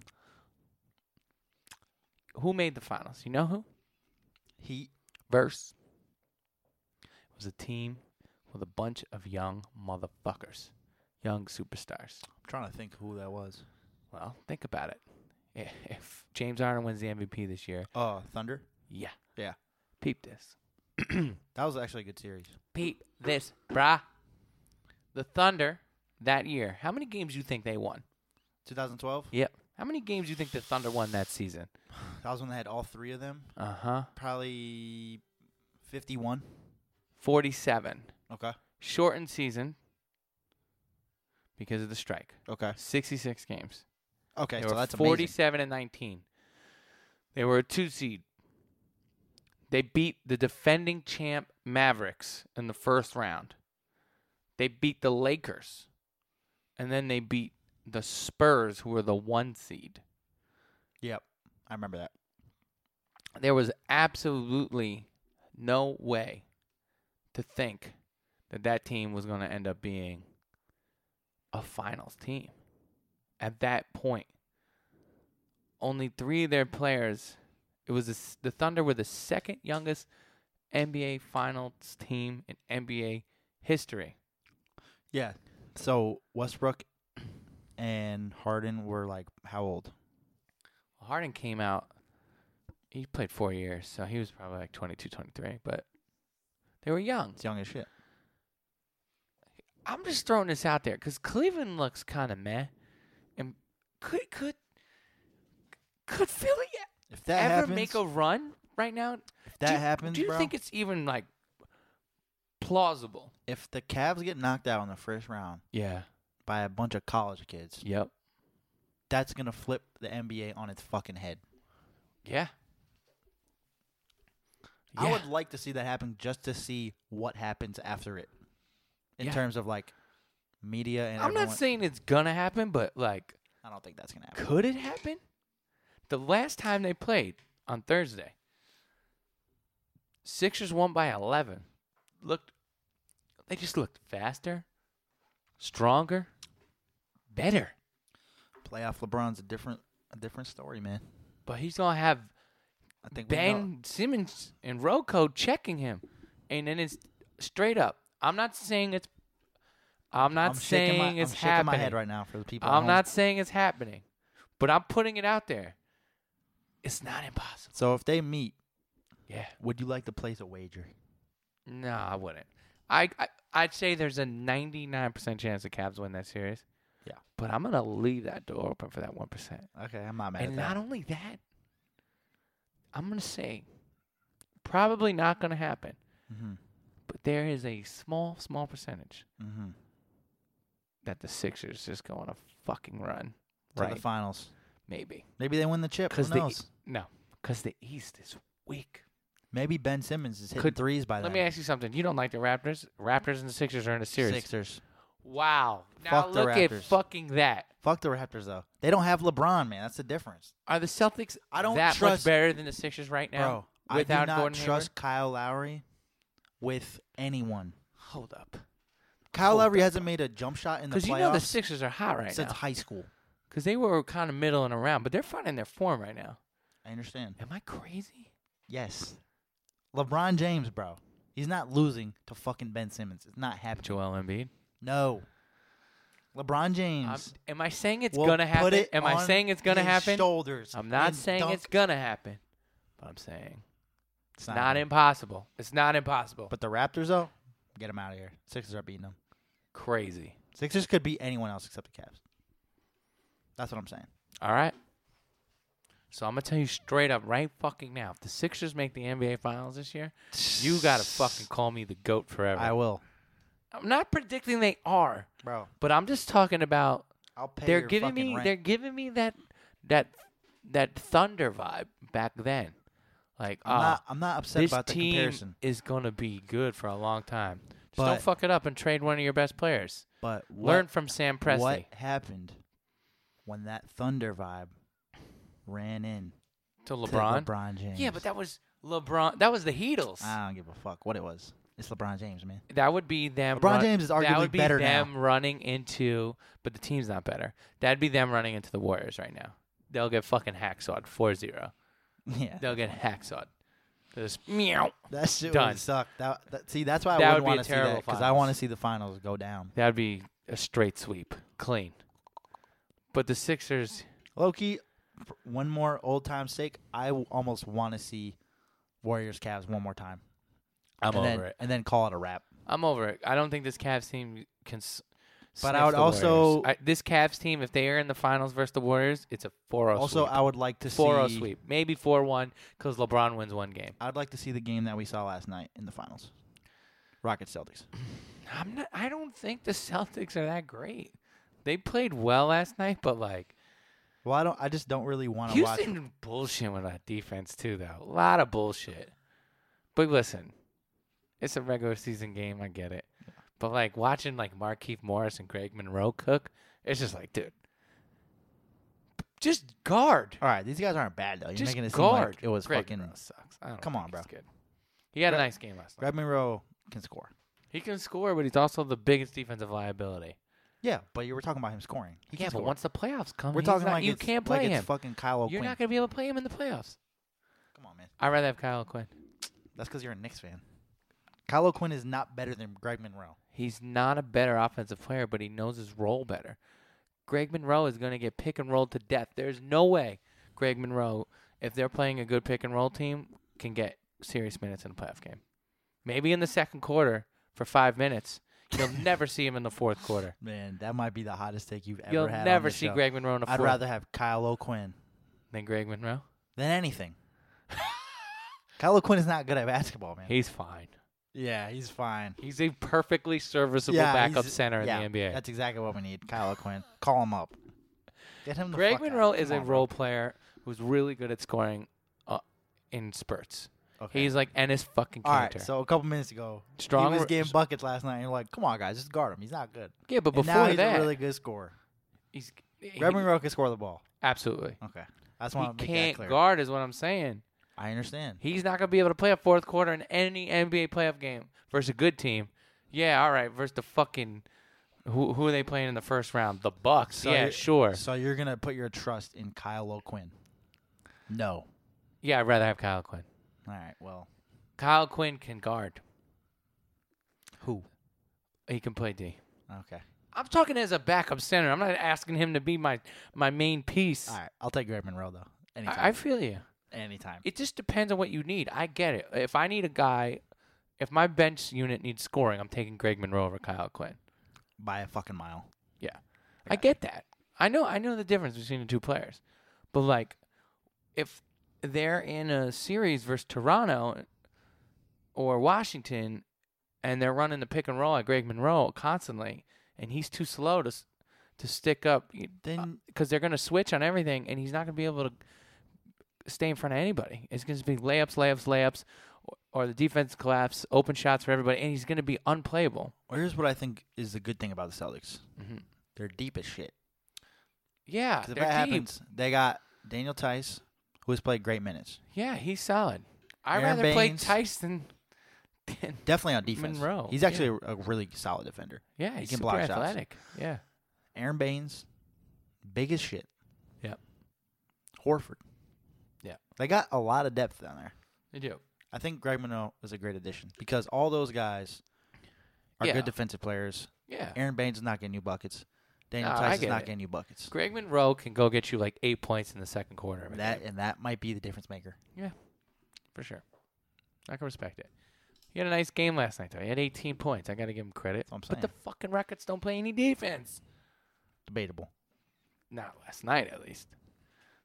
Who made the finals? You know who?
Heat.
Verse. It was a team with a bunch of young motherfuckers, young superstars.
I'm trying to think who that was.
Well, think about it. I- If James Harden wins the MVP this year,
Oh, Thunder.
yeah.
Yeah.
Peep this.
That was actually a good series.
Peep this, brah. The Thunder that year. How many games do you think they won?
2012.
Yep. How many games do you think the Thunder won that season?
That was when they had all three of them.
Uh huh.
Probably 51.
47.
Okay.
Shortened season because of the strike.
Okay.
66 games.
Okay.
They
so
were
that's
47 and 19. They were a two seed. They beat the defending champ Mavericks in the first round. They beat the Lakers. And then they beat the Spurs, who were the one seed.
amazing. Yep. I remember that.
There was absolutely no way to think that that team was going to end up being a finals team. At that point, only three of their players. It was the s the Thunder were the second youngest NBA Finals team in NBA history.
Yeah. So Westbrook and Harden were like how old?
Harden came out. He played four years, so he was probably like 22, 23, but they were young.
It's young as shit.
I'm just throwing this out there because Cleveland looks kind of meh, and could could could Philly e-,
If that
ever
happens,
make a run right now?
if that
do you,
happens,
Do you
bro,
think it's even like plausible?
if the Cavs get knocked out in the first round
Yeah.
by a bunch of college kids,
Yep.
that's gonna flip the NBA on its fucking head.
Yeah.
I would like to see that happen just to see what happens after it, in
Yeah.
terms of like media and.
I'm
everyone.
not saying it's gonna happen, but like,
I don't think that's gonna happen.
could it happen? The last time they played on Thursday, Sixers won by 11. Looked, they just looked faster, stronger, better.
Playoff LeBron's a different a different story, man.
But he's gonna have
I think we know.
Ben Simmons and Rocco checking him, and then it's straight up. I'm not saying it's. I'm not
I'm
saying
shaking my,
it's
I'm shaking
happening.
my head right now for the people. at
I'm
home.
not saying it's happening, but I'm putting it out there. It's not impossible.
So if they meet,
Yeah.
would you like to place a wager?
No, I wouldn't. I, I I'd say there's a 99% chance the Cavs win that series.
Yeah.
But I'm gonna leave that door open for that one percent.
Okay, I'm not mad
And
at that.
not only that, I'm gonna say probably not gonna happen.
Mhm.
But there is a small, small percentage
Mhm.
that the Sixers just go on a fucking run.
To
Right?
the finals.
Maybe.
Maybe they win the chip. Who
Because the
knows?
no, because the East is weak.
Maybe Ben Simmons is hitting
Could-
threes by
Let
then.
me ask you something. You don't like the Raptors? Raptors and the Sixers are in a series.
Sixers.
Wow. Now
Fuck the
look at
Raptors.
fucking that.
Fuck the Raptors though. They don't have LeBron, man. That's the difference,
Are the Celtics
I don't
that
trust-
much better than the Sixers right now?
bro. I do
without
not
Gordon
trust Kyle Lowry with anyone.
Hayward? Hold up.
Kyle
Hold
Lowry
up.
hasn't made a jump shot in the playoffs
Because you know the Sixers are hot right
since
now.
high school.
Because they were kind of middling around, but they're finding their form right now.
I understand.
Am I crazy?
Yes, LeBron James, bro. He's not losing to fucking Ben Simmons. It's not happening.
Joel Embiid.
No. LeBron
I'm,
James.
am I saying it's
will
gonna happen?
Put it
am I
on
saying it's gonna
his
happen?
Shoulders.
I'm not
and
saying
dunk-
it's gonna happen, but I'm saying
It's
it's not
happening.
impossible. It's not impossible. But
But the Raptors, though, get them out of here. Sixers are beating them.
crazy.
Sixers could beat anyone else except the Cavs. That's what I'm saying.
All right. So I'm gonna tell you straight up right fucking now. If the Sixers make the NBA Finals this year, you gotta fucking call me the goat forever.
I will,
I'm not predicting they are,
bro.
but I'm just talking about
I'll pay.
they're
your
giving
fucking
me
rent.
they're giving me that that that thunder vibe back then. Like
I'm,
ah,
not, I'm not upset
this
about the
team
comparison,
is gonna be good for a long time. Just
But-
don't fuck it up and trade one of your best players.
but what,
Learn from Sam Presti.
what happened when that Thunder vibe ran in
to
to
LeBron.
LeBron James. Ah.
Yeah, but that was LeBron. That was the Heatles.
I don't give a fuck what it was. It's LeBron James, man.
that would be them.
LeBron James is
that
arguably
would be
better now.
them running into, but the team's not better. That'd be them running into the Warriors right now. They'll get fucking hacksawed 4-0.
Yeah,
They'll get hacksawed. Just meow.
that shit
done.
would suck. That, that see, that's why
That
I
would
wouldn't
be a
want to see that
terrible
because I
finals.
want to see the finals go down.
That'd be a straight sweep, clean. But the Sixers,
Loki, for one more old time's sake, I w- almost want to see Warriors Cavs one more time.
I'm
and
over
then,
it.
and then call it a wrap.
I'm over it. I don't think this Cavs team can. S-
But I
sniff
would
the Warriors.
also-
I, this Cavs team, if they are in the finals versus the Warriors, it's a 4-0
also,
sweep.
I would like to
4-0
see
sweep, maybe 4-1 because LeBron wins one game.
I'd like to see the game that we saw last night in the finals. Rockets Celtics.
I'm not. I don't think the Celtics are that great. They played well last night, but like
Well, I don't. I just don't really want to watch.
Houston bullshit with that defense too, though. A lot of bullshit. But listen, it's a regular season game. I get it. But like watching like Markeith Morris and Greg Monroe cook, it's just like, dude, just guard.
All right, these guys aren't bad though. You're
just
making it seem
guard.
like it was
Greg
fucking.
Monroe sucks. I don't
Come
think
on, bro.
he's Good. He had a
Greg-
nice game last night.
Grab Monroe can score.
He can score, but he's also the biggest defensive liability.
Yeah, but you were talking about him scoring. He
yeah,
can
but
score.
once the playoffs come,
we're
he's
talking
not-
like
you
it's-
can't
like
play
it's
him.
fucking Kyle
You're
Quinn.
not going to be able to play him in the playoffs.
Come on, man.
I'd rather have Kyle Quinn.
That's because you're a Knicks fan. Kylo Quinn is not better than Greg Monroe.
He's not a better offensive player, but he knows his role better. Greg Monroe is going to get pick and rolled to death. There's no way Greg Monroe, if they're playing a good pick and roll team, can get serious minutes in a playoff game. Maybe in the second quarter for five minutes. You'll never see him in the fourth quarter.
Man, that might be the hottest take you've ever
You'll
had. on
never
this
see
show.
Greg Monroe in the
I'd
fourth
rather have Kylo Quinn
than Greg Monroe.
than anything. Kylo Quinn is not good at basketball, man.
He's fine.
yeah, he's fine.
He's a perfectly serviceable
yeah,
backup
he's-
center
yeah,
in the NBA.
That's exactly what we need. Kylo Quinn, call him up. Get him. The
Greg
fuck out.
Monroe is
Come
a
on,
role player who's really good at scoring uh, in spurts.
Bro. Okay.
He's like Ennis fucking
all right.
Cantor.
So a couple minutes ago,
Strong
he was
ro-
getting buckets last night. And you're like, come on, guys, just guard him. He's not good.
yeah, but
And
before
now he's
that,
a really good scorer.
he's he-
Greg Monroe can score the ball.
absolutely.
Okay, I just
He
want to make that
can't
clear.
guard, is what I'm saying.
I understand.
He's not gonna be able to play a fourth quarter in any NBA playoff game versus a good team. Yeah, all right, versus the fucking who who are they playing in the first round? The Bucks.
So
yeah,
you're-
sure.
So you're gonna put your trust in Kyle O'Quinn? No.
Yeah, I'd rather have Kyle Quinn.
All right. Well,
Kyle Quinn can guard.
who?
He can play D.
Okay.
I'm talking as a backup center. I'm not asking him to be my my main piece.
All right. I'll take Greg Monroe though. Anytime.
I, I feel you.
Anytime.
It just depends on what you need. I get it. If I need a guy, if my bench unit needs scoring, I'm taking Greg Monroe over Kyle Quinn.
By a fucking mile.
Yeah, I get that. I know. I know the difference between the two players, but like, if they're in a series versus Toronto or Washington, and they're running the pick and roll at Greg Monroe constantly, and he's too slow to s- to stick up,
Then-
because they're gonna switch on everything, and he's not gonna be able to stay in front of anybody. It's gonna be layups, layups, layups, or, or the defense collapse, open shots for everybody, and he's gonna be unplayable.
Well, here's what I think is the good thing about the Celtics.
Mhm.
They're deep as shit.
Yeah,
'Cause if
Ah, they're
that
deep.
happens, they got Daniel Tice, who has played great minutes,
Yeah, he's solid. I'd
Aaron
rather play
Baines.
Tyson. Than,
definitely on defense.
Monroe,
He's actually a, a really solid defender.
yeah,
He
he's
can
super
block shots.
athletic. Yeah,
Aaron Baines, big as shit.
Yep.
Horford.
Yeah.
They got a lot of depth down there.
they do.
I think Greg Monroe is a great addition because all those guys are
Yeah.
good defensive players.
Yeah,
Aaron Baines is not getting you buckets. Daniel
No, I
Tice is
get
not
it.
getting you buckets.
Greg Monroe can go get you like eight points in the second quarter. Of a
That
game,
and that might be the difference maker.
for sure. I can respect it. He had a nice game last night though. He had 18 points. I got to give him credit.
That's what I'm
but the
saying.
fucking Rockets don't play any defense.
Debatable.
Not last night, at least.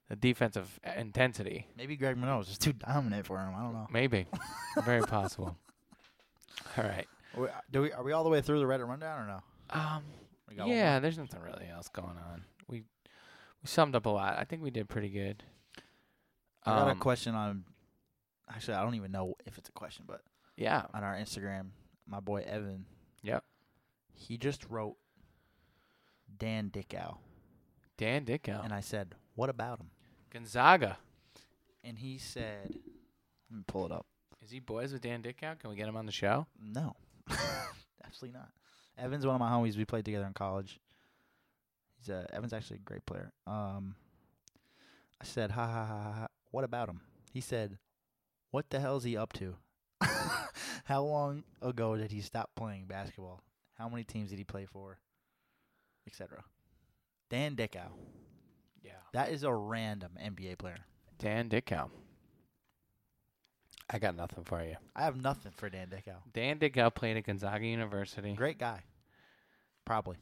The defensive intensity,
Maybe Greg Monroe is just too dominant for him. I don't know.
maybe, very possible. All right.
Are we, do we, are we all the way through the Reddit rundown or no?
Um,
We got one
yeah,
more?
there's nothing really else going on. We we summed up a lot. I think we did pretty good.
I got
Um,
a question on. Actually, I don't even know if it's a question, but
Yeah.
on our Instagram, my boy Evan.
Yep.
He just wrote Dan Dickow,
Dan Dicko.
and I said, "What about him?"
Gonzaga.
And he said, Let me pull it up.
Is he boys with Dan Dickow? Can we get him on the show?
No, absolutely not. Evan's one of my homies. We played together in college. He's a Evan's actually a great player. Um, I said, ha ha ha ha. ha. What about him? He said, "What the hell's he up to? How long ago did he stop playing basketball? How many teams did he play for, etc." Dan Dickow.
Yeah.
That is a random NBA player.
Dan Dickow. I got nothing for you.
I have nothing for Dan Dickow.
Dan Dickow played at Gonzaga University.
Great guy. Probably.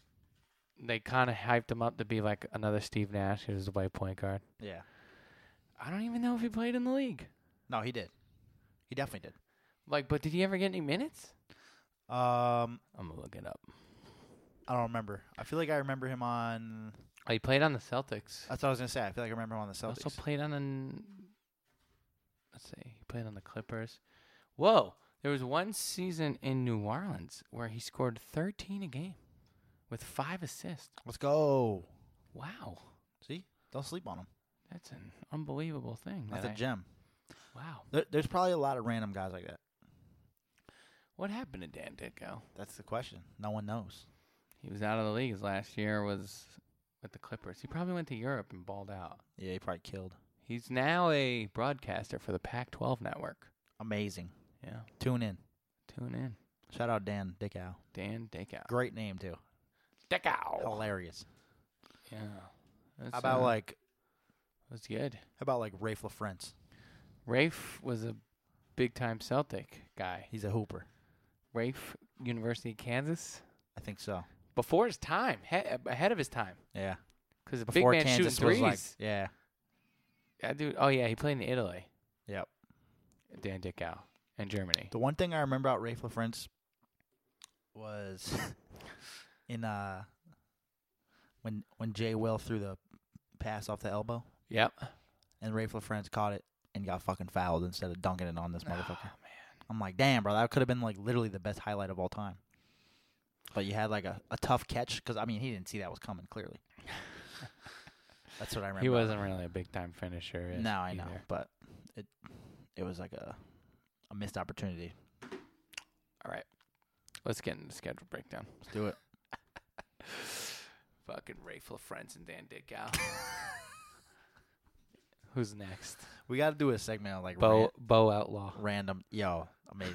They kind of hyped him up to be like another Steve Nash, who's a white point guard.
Yeah.
I don't even know if he played in the league.
No, he did. He definitely did.
Like, but did he ever get any minutes?
Um,
I'm gonna look it up.
I don't remember. I feel like I remember him on.
Oh, he played on the Celtics.
That's what I was gonna say. I feel like I remember him on the
He
Celtics.
also played on an. Let's see. He played on the Clippers. Whoa! There was one season in New Orleans where he scored 13 a game, with five assists.
Let's go.
Wow,
See, don't sleep on him.
that's an unbelievable thing.
That's
that
a
I-
gem.
Wow.
There, there's probably a lot of random guys like that.
What happened to Dan Ditko?
That's the question. No one knows.
He was out of the league. His last year was with the Clippers. He probably went to Europe and balled out.
Yeah, he probably killed.
He's now a broadcaster for the Pac-12 network.
Amazing.
Yeah,
Tune in.
tune in.
Shout out Dan Dickow.
Dan Dickow.
Great name too.
Dickow.
Hilarious.
Yeah. That's,
How about
uh,
like
That's good.
how about like Rafe LaFrance?
Rafe was a big-time Celtic guy.
He's a hooper.
Rafe, University of Kansas,
I think so.
before his time, he- ahead of his time,
Yeah.
because the
Before
big man
Kansas
shooting
was
threes.
like yeah.
that dude. Oh yeah, he played in Italy.
Yep.
Dan Dickow and Germany.
The one thing I remember about Rafe LaFrance was in uh when when Jay Will threw the pass off the elbow
Yep.
and Rafe LaFrance caught it and got fucking fouled instead of dunking it on this motherfucker.
Ah,
I'm like, damn, bro, that could have been like literally the best highlight of all time. But you had like a, a tough catch because I mean he didn't see that was coming clearly. That's what I remember.
He wasn't really a big time finisher. is-
No, I know,
either.
but it it was like a a missed opportunity.
Let's get into the schedule breakdown.
Let's do it.
Fucking Rafe LaFrance and Dan Ditkow. Who's next?
We got to do a segment on like
Bo Bo Outlaw.
random yo amazing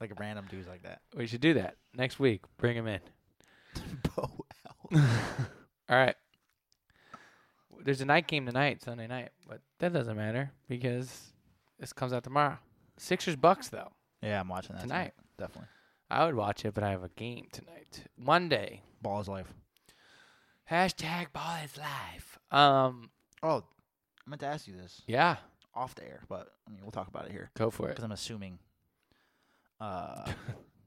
like random dudes like that
We should do that next week. Bring him in.
Bo
All right. There's a night game tonight, Sunday night, but that doesn't matter because this comes out tomorrow. Sixers Bucks though.
yeah i'm watching that
Tonight.
definitely
I would watch it, but I have a game tonight. Monday.
ball is life
Hashtag ball is life. Um.
oh i meant to ask you this
Yeah.
off the air but I mean, we'll talk about it here
Go for it.
because i'm assuming uh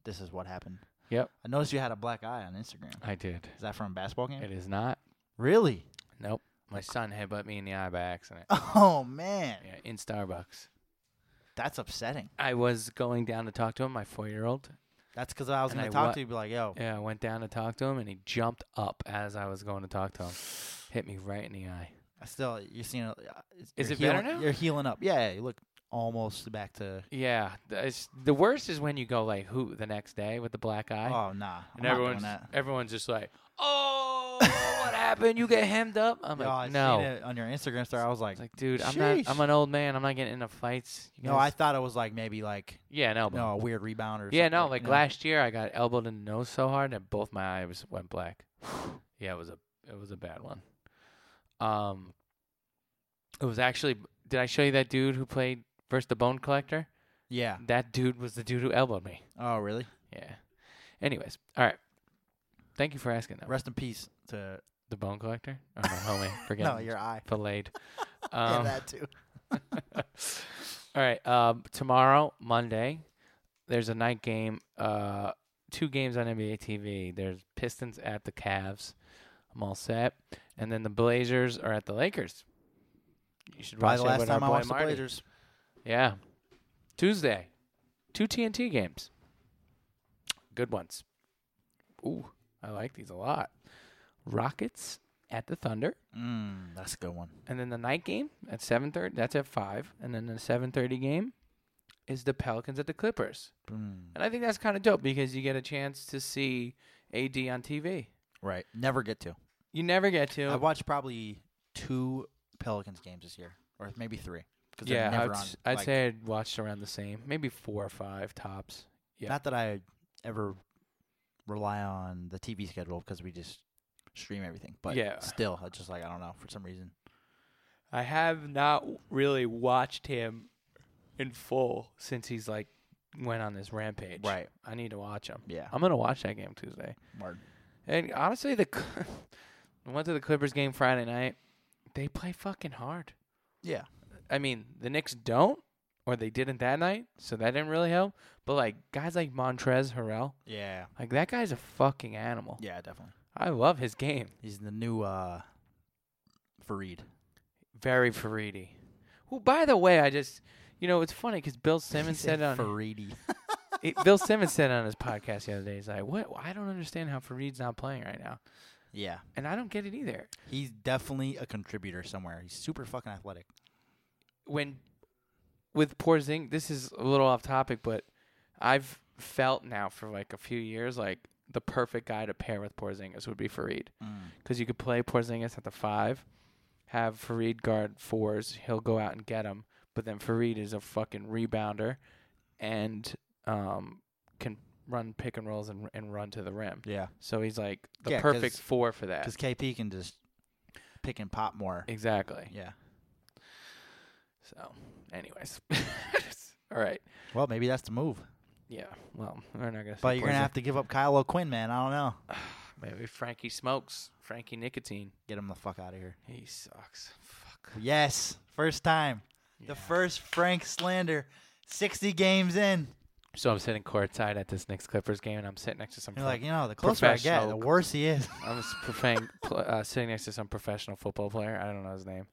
this is what happened
Yep.
i noticed you had a black eye on instagram
I did.
is that from a basketball game
It is not.
really
Nope. My son headbutt me in the eye by accident.
oh man
Yeah, in Starbucks.
that's upsetting
I was going down to talk to him, my four year old.
that's because i was
And
going
I
to talk
wa-
to you be like yo
Yeah, I went down to talk to him and he jumped up as I was going to talk to him. Hit me right in the eye.
i still you're seeing a, uh,
Is
you're
it better
healing-
now?
you're healing up yeah you look almost back to
Yeah. th- It's, the worst is when you go like who the next day with the black eye.
oh nah I'm
and
not doing
everyone's
that.
everyone's just like, Oh what happened? You get hemmed up? I'm
Yo,
like,
I
No.
seen it on your Instagram story. I was like,
It's like, dude, I'm not I'm
Sheesh.
an old man, I'm not getting into fights. You
no, I
guys-
thought it was like maybe like
Yeah, no, but
no, a weird rebound or
Yeah,
something.
no, like last year I got elbowed in the nose so hard that both my eyes went black. yeah, it was a it was a bad one. Um it was actually did I show you that dude who played versus the bone collector?
Yeah.
That dude was the dude who elbowed me.
Oh, really?
Yeah. Anyways, all right. Thank you for asking that.
Rest in peace to
the bone collector? Oh, my homie, forget.
no,
him.
your eye.
filleted.
Yeah,
Um,
that too.
All right. Um, tomorrow, Monday, there's a night game. Uh, two games on NBA TV. There's Pistons at the Cavs. I'm all set. And then the Blazers are at the Lakers. You should
Probably the last
watch that with our
time I
boy
watched
Marty.
the Blazers.
Yeah. Tuesday, two TNT games. Good ones. Ooh, I like these a lot. Rockets at the Thunder.
Mm, that's a good one.
And then the night game at seven thirty. That's at five. And then the seven thirty game, is the Pelicans at the Clippers.
Mm,
And I think that's kind of dope because you get a chance to see AD on TV.
right. Never get to.
You never get to.
I watched probably two Pelicans games this year, or maybe three. 'cause they're
yeah, I'd,
never on,
s- I'd
like-
say I'd watched around the same, maybe four or five tops. yeah.
Not that I ever rely on the TV schedule because we just stream everything, but
Yeah.
still, I just like I don't know for some reason.
I have not really watched him in full since he's like went on this rampage.
Right.
I need to watch him.
Yeah.
I'm gonna watch that game Tuesday.
Word.
And honestly, the Cl- I went to the Clippers game Friday night. They play fucking hard.
Yeah.
I mean, the Knicks don't, or they didn't that night, so that didn't really help. But like guys like Montrez Harrell,
Yeah.
like that guy's a fucking animal.
Yeah, definitely.
I love his game.
He's the new uh Farid.
Very Faridi. Well, by the way, I just you know it's funny because Bill Simmons
He said
said on
Faridi.
it, Bill Simmons said on his podcast the other day, he's like, "What? I don't understand how Farid's not playing right now,
yeah.
and I don't get it either."
He's definitely a contributor somewhere. He's super fucking athletic.
When with Porzing, this is a little off topic, but I've felt now for like a few years like the perfect guy to pair with Porzingis would be Farid because you could play Porzingis at the five, have Farid guard fours, he'll go out and get him, but then Farid is a fucking rebounder, and um can run pick and rolls and and run to the rim.
Yeah.
So he's like the
Yeah, 'cause-
perfect four for that.
Because KP can just pick and pop more.
Exactly.
Yeah.
So, anyways, all right.
Well, maybe that's the move.
Yeah. Well, we're not gonna. say
But you're gonna
Porzingis.
have to give up Kyle O'Quinn, man. I don't know.
Maybe Frankie smokes. Frankie nicotine.
Get him the fuck out of here.
He sucks. Fuck.
Yes, first time.
Yeah.
The first Frank slander. 60 games in.
So I'm sitting courtside at this Knicks Clippers game, and I'm sitting next to some.
You're
pro-
like, you know, the closer I get, the
Professional.
worse he is.
I'm s- profane, pl- uh, sitting next to some professional football player. I don't know his name.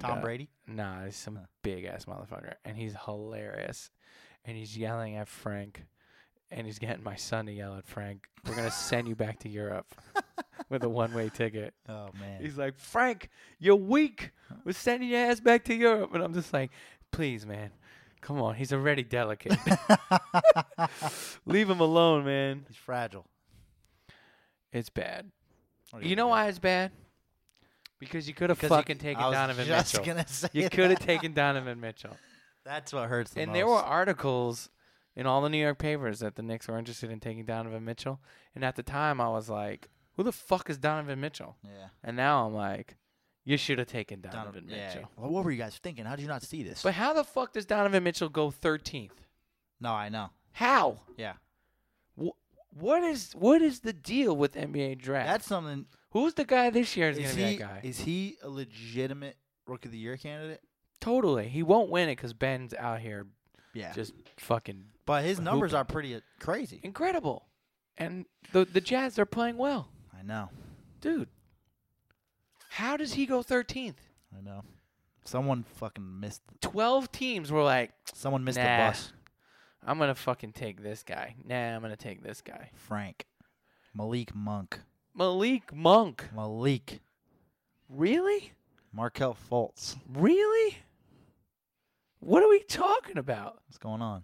Tom
uh,
Brady.
Nah, he's some
Huh.
big ass motherfucker, and he's hilarious, and he's yelling at Frank, and he's getting my son to yell at Frank. We're gonna send you back to Europe with a one way ticket.
Oh man.
He's like, Frank, you're weak. We're sending your ass back to Europe, and I'm just like, please, man, come on. He's already delicate. Leave him alone, man.
He's fragile.
It's bad.
What are
You
gonna
know
do?
why it's bad? Because you could have
'Cause
fucking
you,
taken
I was
Donovan
just
Mitchell.
Gonna say
You
that.
could have taken Donovan Mitchell.
That's what hurts the
and
most.
there were articles in all the New York papers that the Knicks were interested in taking Donovan Mitchell. And at the time, I was like, "Who the fuck is Donovan Mitchell?"
yeah.
And now I'm like, "You should have taken
Donovan,
Donovan,
yeah.
Mitchell."
Well, what were you guys thinking? How did you not see this?
But how the fuck does Donovan Mitchell go 13th?
no, I know.
How?
Yeah.
Wh- What is what is the deal with NBA draft?
That's something.
Who's the guy this year is,
Is
gonna
he,
be that guy?
is he a legitimate Rookie of the Year candidate?
totally, he won't win it because Ben's out here
Yeah.
just fucking
but his numbers
hooping.
are pretty uh, crazy.
incredible, and the the Jazz are playing well.
I know.
Dude, how does he go 13th?
I know. Someone fucking missed.
12 teams were like,
Someone missed the
Nah.
bus.
I'm going to fucking take this guy. Nah, I'm going to take this guy.
Frank, Malik Monk,
Malik Monk.
Malik,
Really?
Markel Fultz.
Really? What are we talking about?
What's going on?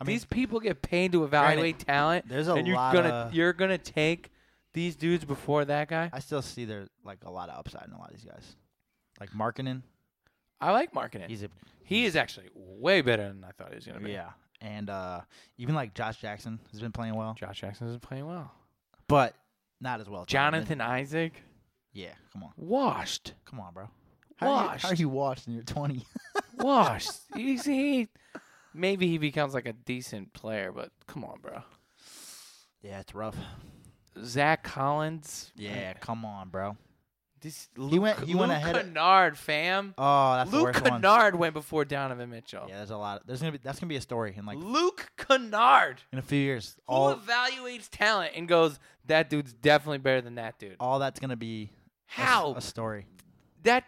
I mean,
these people get paid to evaluate talent.
there's a
and you're
lot
gonna,
of-
You're going to take these dudes before that guy?
I still see there like a lot of upside in a lot of these guys. Like Markkinen,
I, like marketing.
he's a
he is actually way better than I thought he was going to be.
yeah, and uh, even like Josh Jackson has been playing well,
Josh Jackson is playing well.
but not as well. as
Jonathan Isaac,
yeah, come on,
washed.
come on, bro. How are you, how are
Washed.
you washed and you're 20?
washed. You see, maybe he becomes like a decent player, but come on, bro.
yeah, it's rough.
Zach Collins.
Yeah, come on, bro.
This Luke,
went- he went
Luke
ahead of-
Kennard, fam.
Oh, that's the
Luke
worst one.
Kennard went before Donovan Mitchell.
Yeah, there's a lot. Of, there's gonna be that's gonna be a story in like
Luke Kennard.
in a few years.
Who
All
evaluates talent and goes, that dude's definitely better than that dude?
all that's gonna be a s-
How?
a story.
that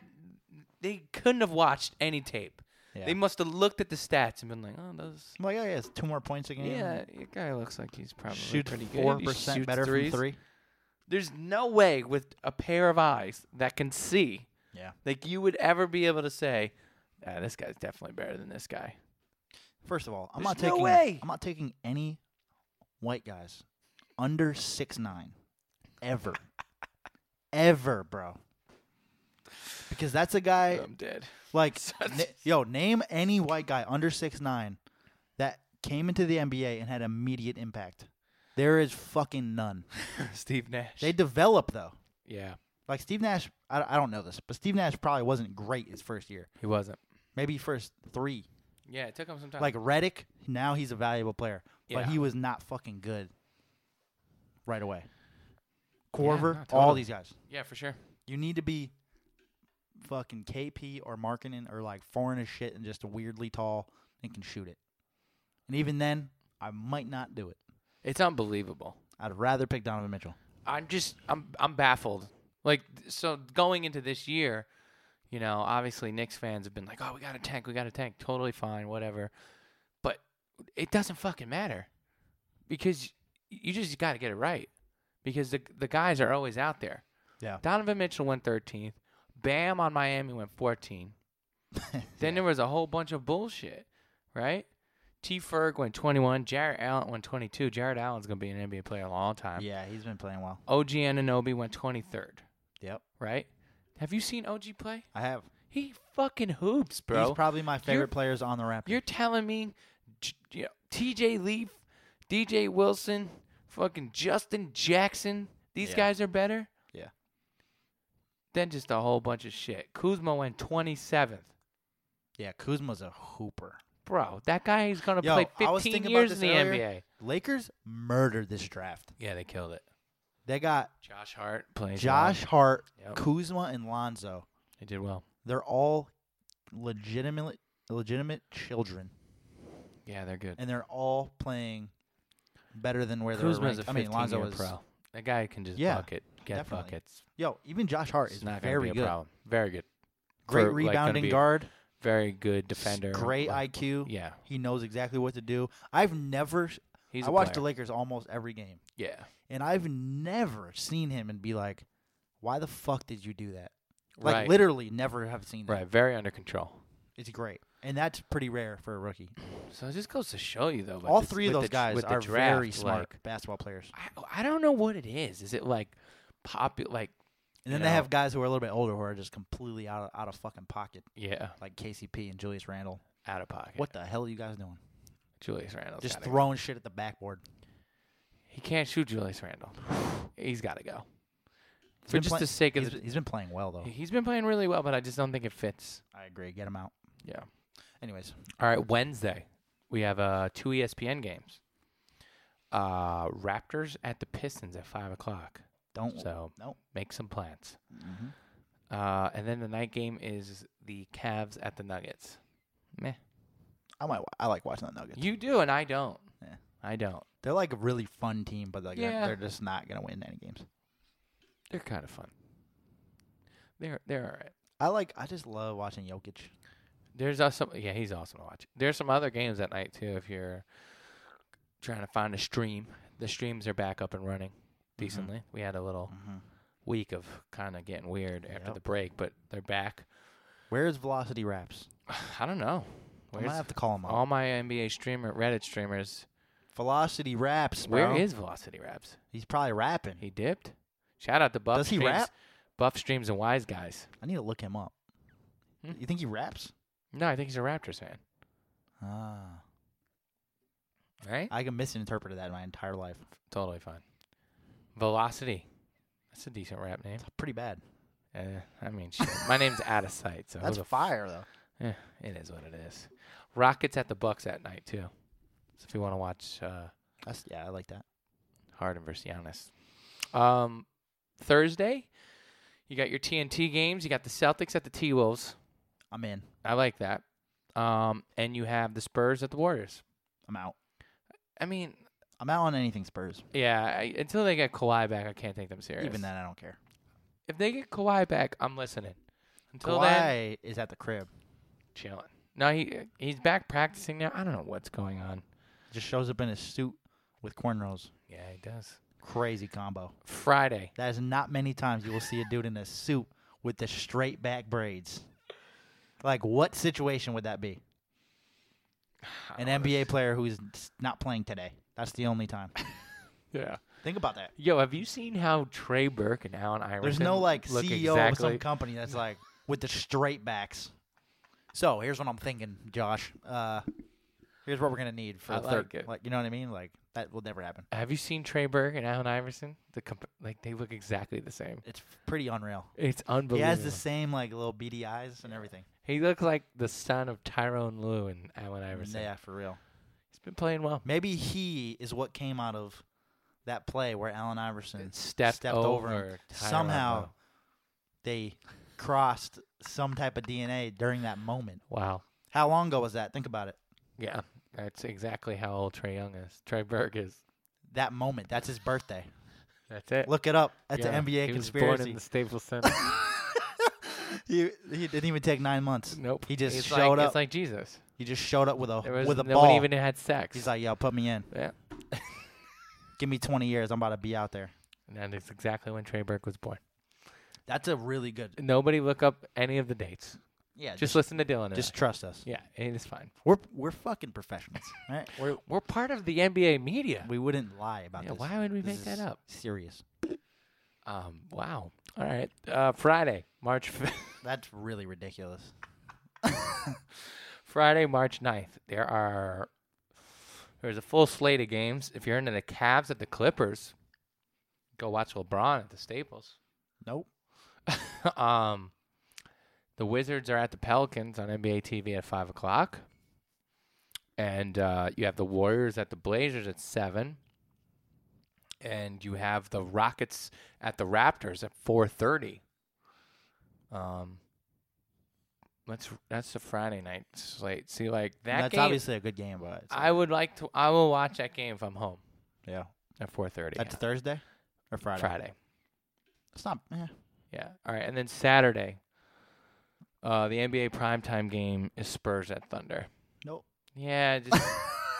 they couldn't have watched any tape.
Yeah.
They must have looked at the stats and been like, oh, those.
I'm like, oh yeah, it's two more points a game.
Yeah, that guy looks like he's probably
shoot
pretty good.
four
He
percent
shoots
better
threes.
from three.
There's no way with a pair of eyes that can see,
Yeah,
like you would ever be able to say, ah, this guy's definitely better than this guy.
First of all, I'm not
There's no
taking
way.
I'm not taking any white guys under six nine ever. ever, bro. Because that's a guy
I'm dead.
like na- yo, name any white guy under six nine that came into the NBA and had immediate impact. There is fucking none.
Steve Nash.
They develop though.
yeah,
Like Steve Nash, I, I don't know this, but Steve Nash probably wasn't great his first year.
he wasn't.
Maybe first three.
Yeah, it took him some time.
Like Reddick, now he's a valuable player, but he
Yeah.
was not fucking good right away. Corver,
no,
all
totally.
these guys.
yeah, for sure.
You need to be fucking KP or marketing or like foreign as shit and just weirdly tall and can shoot it. And even then, I might not do it.
It's unbelievable.
I'd rather pick Donovan Mitchell.
I'm just I'm I'm baffled. Like th- so going into this year, you know, obviously Knicks fans have been like, "Oh, we got a tank, we got a tank." Totally fine, whatever. But it doesn't fucking matter because you just got to get it right because the the guys are always out there.
Yeah.
Donovan Mitchell went 13th. Bam on Miami went 14. Then there was a whole bunch of bullshit, right? T. Ferg went 21. Jared Allen went 22. Jared Allen's gonna be an NBA player a long time.
Yeah, he's been playing well.
OG Ananobi went 23rd,
Yep.
right? Have you seen OG play?
I have.
He fucking hoops, bro.
He's probably my favorite
You're-
players on the Raptors.
You're telling me J- you know, TJ Leaf, DJ Wilson, fucking Justin Jackson, these
Yeah.
guys are better?
Yeah.
Then just a whole bunch of shit. Kuzma went 27th.
Yeah, Kuzma's a hooper.
Bro, that guy is going to
Yo,
play
I was
15
thinking
years
about
in
this
the
earlier.
NBA.
Lakers murdered this draft.
Yeah, they killed it.
They got
Josh Hart plays.
Josh
well.
Hart,
Yep.
Kuzma, and Lonzo.
They did well.
They're all legitimate legitimate children,
Yeah, they're good.
and they're all playing better than where they're
Kuzma's
ranked.
a
I
15
mean, Lonzo
year
was
pro. That guy can just
Yeah,
bucket, get
definitely.
buckets.
Yo, even Josh Hart
It's
is
not going to be
very
a
good.
problem. Very good.
Great
For, like, gonna
rebounding
be a
guard,
Very good defender.
great
Like,
IQ.
Yeah,
He knows exactly what to do. I've never.
he's.
I
a
watch the
player.
Lakers almost every game,
Yeah,
and I've never seen him and be like, "Why the fuck did you do that?" Like
Right.
literally, never have seen that.
right. Very under control.
It's great, and that's pretty rare for a rookie.
So it just goes to show you, though. with
All
this-
three of
with
those
the,
guys
with the
are
draft,
very smart
like,
basketball players.
I, I don't know what it is. Is it like popular? Like
And then
you
they
know-
have guys who are a little bit older who are just completely out of, out of fucking pocket,
yeah,
like KCP and Julius Randle.
out of pocket.
What the hell are you guys doing?
Julius Randle?
Just throwing shit at the backboard.
He can't shoot Julius Randle. he's got to go.
He's
For
been
just
play-
the sake of
he's-
the-
he's been playing well though.
he's been playing really well, but I just don't think it fits.
I agree. Get him out.
Yeah.
Anyways,
All right, Wednesday we have uh, two ESPN games. Uh, Raptors at the Pistons at five o'clock.
don't.
So
Nope.
make some plans.
Mhm.
Uh, and then the night game is the Cavs at the Nuggets. Meh.
I might. wa- I like watching the Nuggets.
You do, and I don't.
Yeah.
I don't.
They're like a really fun team, but like they're-
Yeah.
they're, just not gonna win any games.
They're kind of fun. They're they're all right.
I like. I just love watching Jokic.
There's also yeah, he's awesome to watch. There's some other games at night too if you're trying to find a stream. The streams are back up and running
Mm-hmm.
decently. We had a little
Mhm.
week of kind of getting weird after
Yep.
the break, but they're back.
Where's Velocity Raps?
I don't know.
I'm gonna
Where's
have to call him up.
all my NBA streamer Reddit streamers?
Velocity Raps, bro.
Where is Velocity Raps?
He's probably rapping.
He dipped. Shout out to Buff
Does he
Streams,
rap?
Buff Streams and Wise Guys.
I need to look him up.
Hmm.
You think he raps?
No, I think he's a Raptors fan.
Ah,
Right?
I can misinterpret that my entire life.
Totally fine. Velocity. That's a decent rap name.
It's pretty bad.
Uh, I mean, shit. my name's out of sight, so who
That's
the f-
fire though.
Eh, it is what it is. Rockets at the Bucks at night too. So if you want to watch uh,
That's yeah, I like that.
Harden versus Giannis, um, Thursday, you got your TNT games. You got the Celtics at the T Wolves.
I'm in.
I like that. Um, and you have the Spurs at the Warriors.
I'm out.
I mean,
I'm out on anything Spurs.
yeah. I, until they get Kawhi back, I can't take them serious.
Even then, I don't care.
If they get Kawhi back, I'm listening. Until then,
Kawhi is at the crib.
chilling. No, he he's back practicing now. I don't know what's going on.
Just shows up in his suit with cornrows.
Yeah, he does.
Crazy combo.
Friday.
That is not many times you will see a dude in a suit with the straight back braids. Like, what situation would that be?
Oh,
An NBA player who's not playing today. That's the only time.
Yeah.
Think about that.
Yo, have you seen how Trey Burke and Allen Iverson?
There's no like
look
CEO of
exactly,
some company that's like with the straight backs. So here's what I'm thinking, Josh. Uh, here's what we're gonna need for
I
a third.
like it.
Like you know what I mean? Like that will never happen.
Have you seen Trey Burke and Allen Iverson? The comp- like they look exactly the same.
It's pretty unreal.
It's
He
unbelievable.
has the same like little beady eyes and everything.
He looked like the son of Tyrone Lue and Allen Iverson.
Yeah, for real.
He's been playing well.
Maybe he is what came out of that play where Allen Iverson
Stepped,
over
over,
him.
Tyrone
Somehow
Lue.
they crossed some type of DNA during that moment.
Wow.
How long ago was that? Think about it.
Yeah, that's exactly how old Trey Young is. Trey Burke is.
That moment. That's his birthday.
That's it.
Look it up. That's
Yeah,
an NBA
he Was born
conspiracy.
in the Staples Center.
he, he didn't even take nine months.
nope.
He just
It's like-
showed up.
It's like Jesus.
he just showed up with a
There was
with a
no one
ball.
even had sex.
He's like, "Yo, put me in.
yeah.
Give me 20 years. I'm about to be out there."
And that is exactly when Trey Burke was born.
That's a really good.
Nobody look up any of the dates.
Yeah, just
Just,
just,
listen to Dylan. and I.
trust us.
yeah, it is fine.
We're we're fucking professionals. all right?
We're we're part of the NBA media.
We wouldn't lie about
Yeah,
this.
why would we
This
make
is
that up?
Serious.
Um. Wow. All right. Uh, Friday, March f-
That's really ridiculous.
Friday, March 9th. There are there's a full slate of games. If you're into the Cavs at the Clippers, go watch LeBron at the Staples.
Nope.
um, the Wizards are at the Pelicans on NBA TV at five o'clock, and uh, you have the Warriors at the Blazers at seven, and you have the Rockets at the Raptors at four thirty. Um, let's that's the Friday night slate. See, like that
That's
game,
obviously a good game, but it's-
I would like to. I will watch that game if I'm home
yeah.
at four thirty.
That's Thursday or Friday.
Friday.
It's not. Eh.
Yeah. All right. And then Saturday, uh, the NBA primetime game is Spurs at Thunder.
Nope.
Yeah, just,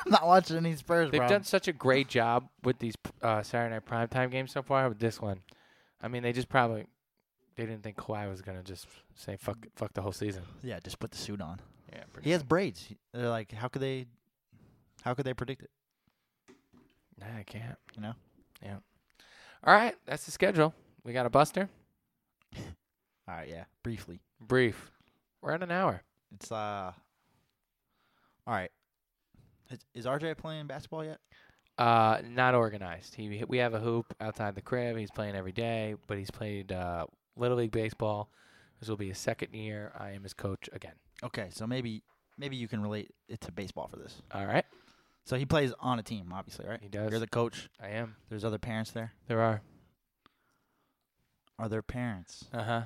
I'm not watching any Spurs,
they've
bro.
done such a great job with these uh, Saturday night primetime games so far. With this one, I mean, they just probably they didn't think Kawhi was gonna just say fuck fuck the whole season.
yeah, just put the suit on.
Yeah, pretty
He has braids. They're like, how could they? How could they predict it?
much. Nah, I can't.
You know?
Yeah. All right, that's the schedule. We got a buster.
All right, yeah. Briefly,
Brief. We're at an hour.
it's uh. All right. Is, is RJ playing basketball yet?
Uh, not organized. He we have a hoop outside the crib. He's playing every day, but he's played uh, little league baseball. This will be his second year. I am his coach again.
Okay, so maybe maybe you can relate it to baseball for this.
All right,
So he plays on a team, obviously, right?
He does.
You're the coach.
I am.
There's other parents there.
There are.
Are their parents
Uh huh.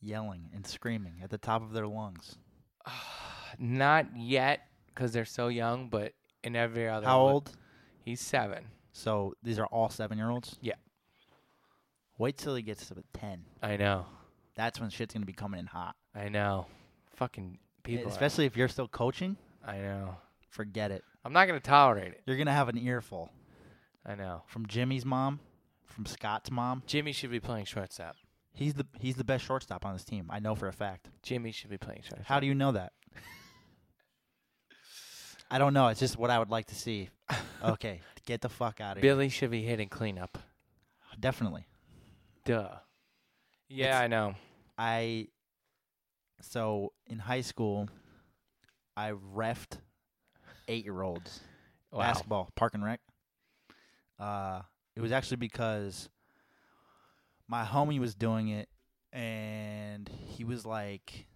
yelling and screaming at the top of their lungs?
Not yet because they're so young, but in every other.
How
one-
old?
He's seven.
So these are all seven-year-olds.
Yeah.
Wait till he gets to ten.
I know.
That's when shit's gonna be coming in hot.
I know. Fucking people. are-
Especially if you're still coaching.
I know.
Forget it.
I'm not gonna tolerate it.
You're gonna have an earful
I know.
from Jimmy's mom, from Scott's mom.
Jimmy should be playing shortstop.
He's the he's the best shortstop on this team. I know for a fact.
Jimmy should be playing shortstop.
How do you know that? I don't know. It's just what I would like to see. Okay, get the fuck out of here.
Billy should be hitting cleanup.
Definitely.
Duh. Yeah,
It's-
I know.
I so in high school, I refed eight year olds
Wow.
basketball park and rec. Uh, it was actually because my homie was doing it, and he was like,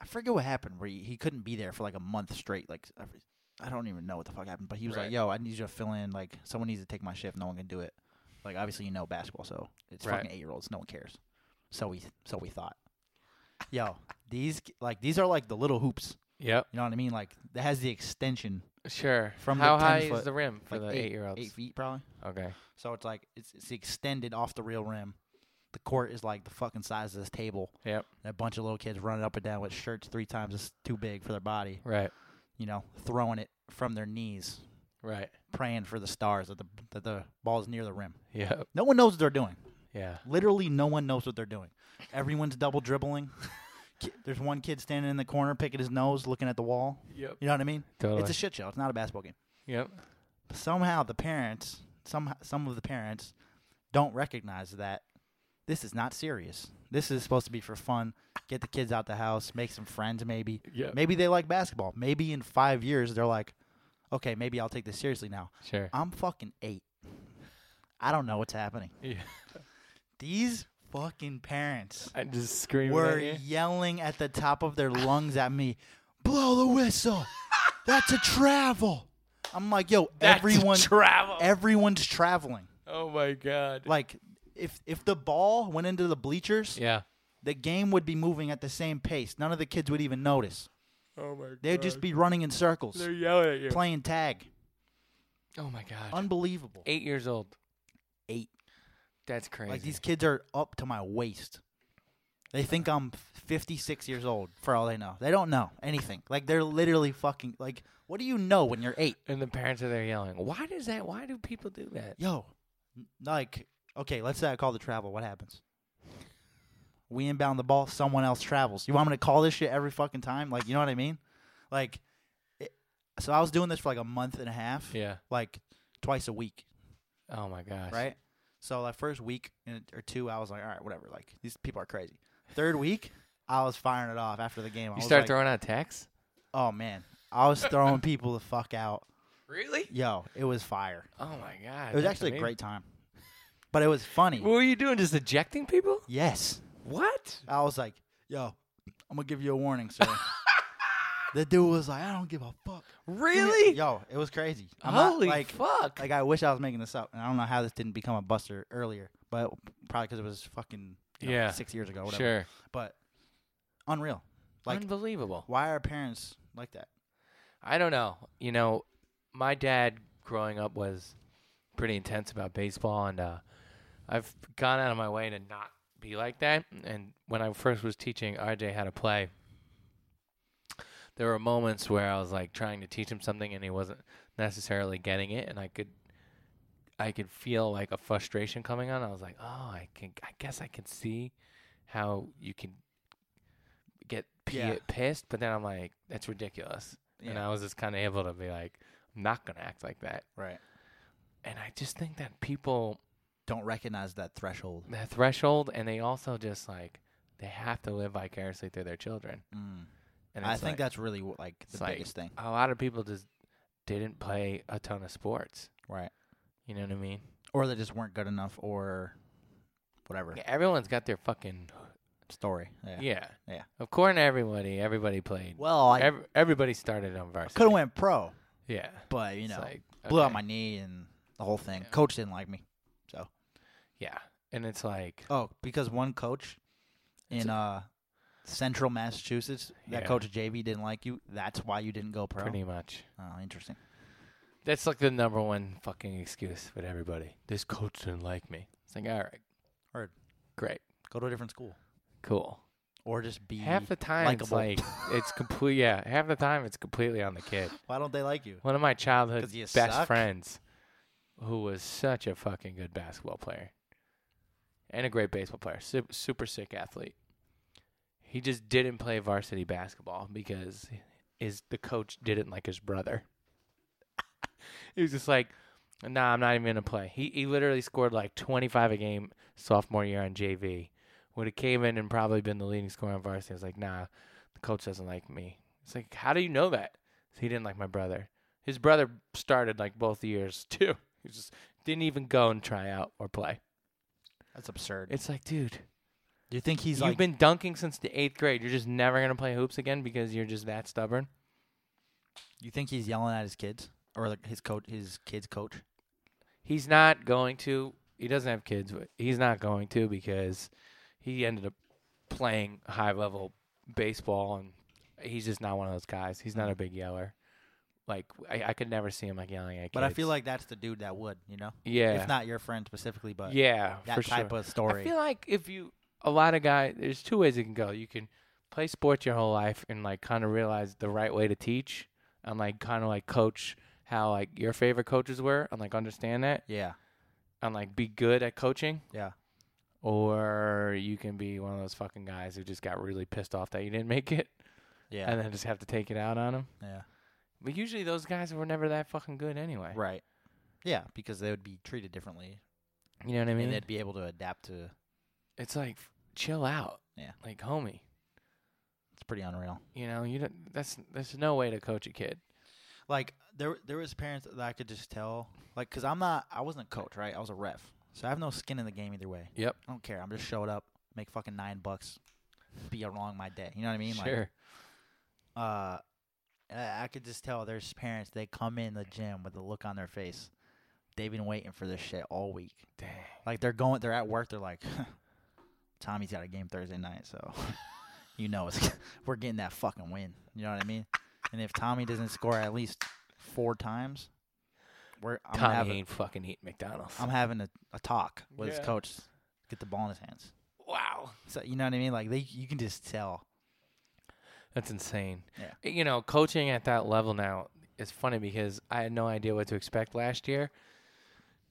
I forget what happened. Where he, he couldn't be there for like a month straight. Like every- I don't even know what the fuck happened, but he was
Right.
like, "Yo, I need you to fill in. Like someone needs to take my shift. No one can do it. Like obviously you know basketball, so it's
Right.
fucking eight year olds. No one cares. So we so we thought, yo, these like these are like the little hoops.
Yep.
You know what I mean? Like that has the extension
Sure.
From the
how
10
high
foot,
is the rim for
like
the eight-year-olds?
eight feet probably.
Okay.
So it's like it's, it's extended off the real rim. The court is like the fucking size of this table.
Yep.
And a bunch of little kids running up and down with shirts three times as too big for their body.
Right.
You know, throwing it from their knees,
Right.
praying for the stars that the that the ball's near the rim.
Yep.
No one knows what they're doing.
Yeah.
Literally, no one knows what they're doing. Everyone's double dribbling. ki- there's one kid standing in the corner picking his nose, looking at the wall.
Yep.
You know what I mean? It's
Totally.
a shit show. It's not a basketball game.
Yep.
But somehow the parents, some some of the parents, don't recognize that this is not serious. This is supposed to be for fun. Get the kids out the house, make some friends, maybe.
Yeah.
Maybe they like basketball. Maybe in five years they're like, okay, maybe I'll take this seriously now.
Sure.
I'm fucking eight. I don't know what's happening.
Yeah.
These fucking parents
I just scream.
were yelling at the top of their lungs at me, blow the whistle. That's a travel. I'm like, yo, everyone,
travel.
everyone's traveling.
oh my god.
Like, if if the ball went into the bleachers,
yeah.
the game would be moving at the same pace. None of the kids would even notice.
Oh my god.
They'd just be running in circles,
They're yelling at you.
playing tag.
oh my god.
Unbelievable.
Eight years old.
Eight.
That's crazy.
Like these kids are up to my waist. They think I'm 56 years old for all they know. They don't know anything. Like they're literally fucking like what do you know when you're 8?
and the parents are there yelling. Why does that? Why do people do that?
Yo. n- Like okay, let's say I call the travel. What happens? We inbound the ball, someone else travels. You want me to call this shit every fucking time? Like, you know what I mean? Like it, so I was doing this for like a month and a half.
Yeah.
Like twice a week.
Oh my gosh.
right? So like first week and- or two, I was like, all right, whatever. Like these people are crazy. Third week, I was firing it off after the game. I
You
was
start
like,
throwing out texts.
Oh man, I was throwing people the fuck out.
Really?
Yo, it was fire.
Oh my god.
It was
that's
actually a
amazing.
great time, but it was funny.
What were you doing? Just ejecting people?
Yes,
What?
I was like, yo, I'm gonna give you a warning, sir. the dude was like, I don't give a fuck.
Really?
Yo, it was crazy. I'm not,
Holy
like,
fuck!
Like I wish I was making this up, and I don't know how this didn't become a buster earlier, but probably because it was fucking you know,
Yeah.
six years ago, whatever.
sure.
but unreal. Like,
Unbelievable.
why are parents like that?
I don't know. You know, my dad growing up was pretty intense about baseball, and uh, I've gone out of my way to not be like that. And when I first was teaching RJ how to play, there were moments where I was like trying to teach him something, and he wasn't necessarily getting it, and I could. I could feel like a frustration coming on. I was like, "Oh, I can. I guess I can see how you can get p-
Yeah.
pissed." But then I'm like, "That's ridiculous." And I was just kind of able to be like, I'm not going to act like that.
right.
And I just think that people,
Don't recognize that threshold.
that threshold, and they also just like, they have to live vicariously through their children.
Mm.
And
I
it's
think
like,
that's really wh- like the
it's like-
biggest thing.
a lot of people just didn't play a ton of sports.
Right.
You know what I mean?
Or they just weren't good enough, or whatever
Yeah, Everyone's got their fucking,
story. Yeah.
yeah. Yeah.
Yeah.
Of course, everybody, everybody played.
Well, I
Ev- everybody started on varsity.
could have went pro,
Yeah.
but you
It's
know,
like,
blew out
okay.
my knee and the whole thing.
Yeah.
Coach didn't like me.
Yeah. And it's like,
Oh, because one coach
It's
in
a-
uh central Massachusetts, that
Yeah.
coach JV didn't like you. That's why you didn't go pro.
pretty much.
Oh, interesting.
That's like the number one fucking excuse with everybody. This coach didn't like me. It's like, all right.
Word.
Great.
Go to a different school,
Cool.
or just be
Half the time it's
likable.
like it's complete yeah, half the time it's completely on the kid.
Why don't they like you?
One of my childhood
'Cause you
best
suck?
friends who was such a fucking good basketball player and a great baseball player, super, super sick athlete. He just didn't play varsity basketball because his the coach didn't like his brother. he was just like, "Nah, I'm not even gonna play." He he literally scored like 25 a game sophomore year on JV. Would have came in and probably been the leading scorer on varsity. I was like, "Nah, the coach doesn't like me." It's like, "How do you know that?" He didn't like my brother. His brother started like both years too. He just didn't even go and try out or play.
That's absurd.
It's like, dude,
Do you think he's
you've
like?
been dunking since the eighth grade. You're just never gonna play hoops again because you're just that stubborn.
you think he's yelling at his kids or like his coach, his kids' coach?
He's not going to. He doesn't have kids, but he's not going to because he ended up playing high level baseball, and he's just not one of those guys. He's not a big yeller. Like I, I could never see him like yelling at kids.
But I feel like that's the dude that would, you know,
yeah,
if not your friend specifically, but
yeah,
that
for
type
sure.
of story.
I feel like if you a lot of guys, there's two ways it can go. You can play sports your whole life and like kind of realize the right way to teach and like kind of like coach how like your favorite coaches were and like understand that
yeah,
and like be good at coaching.
Yeah.
or you can be one of those fucking guys who just got really pissed off that you didn't make it
Yeah.
and then just have to take it out on them.
yeah.
But usually those guys were never that fucking good anyway.
Right. Yeah, because they would be treated differently,
You know what I
and
mean?
they'd be able to adapt to.
it's like chill out.
Yeah.
Like homie,
It's pretty unreal.
you know, you don't that's there's no way to coach a kid.
Like there, there was parents that I could just tell, like, cause I'm not, I wasn't a coach, right? I was a ref, so I have no skin in the game either way.
Yep.
I don't care. I'm just showed up, make fucking nine bucks, be along my day. You know what I mean? Like,
sure.
uh, I I could just tell there's parents. They come in the gym with a look on their face. They've been waiting for this shit all week.
Dang.
Like they're going, they're at work. They're like, Tommy's got a game Thursday night, so you know it's we're getting that fucking win. You know what I mean? And if Tommy doesn't score at least four times, we're I'm
Tommy
having
ain't fucking eating McDonald's.
I'm having a, a talk with
Yeah.
his coach. Get the ball in his hands.
wow.
So you know what I mean? Like they, you can just tell.
That's insane.
Yeah.
You know, coaching at that level now is funny because I had no idea what to expect last year.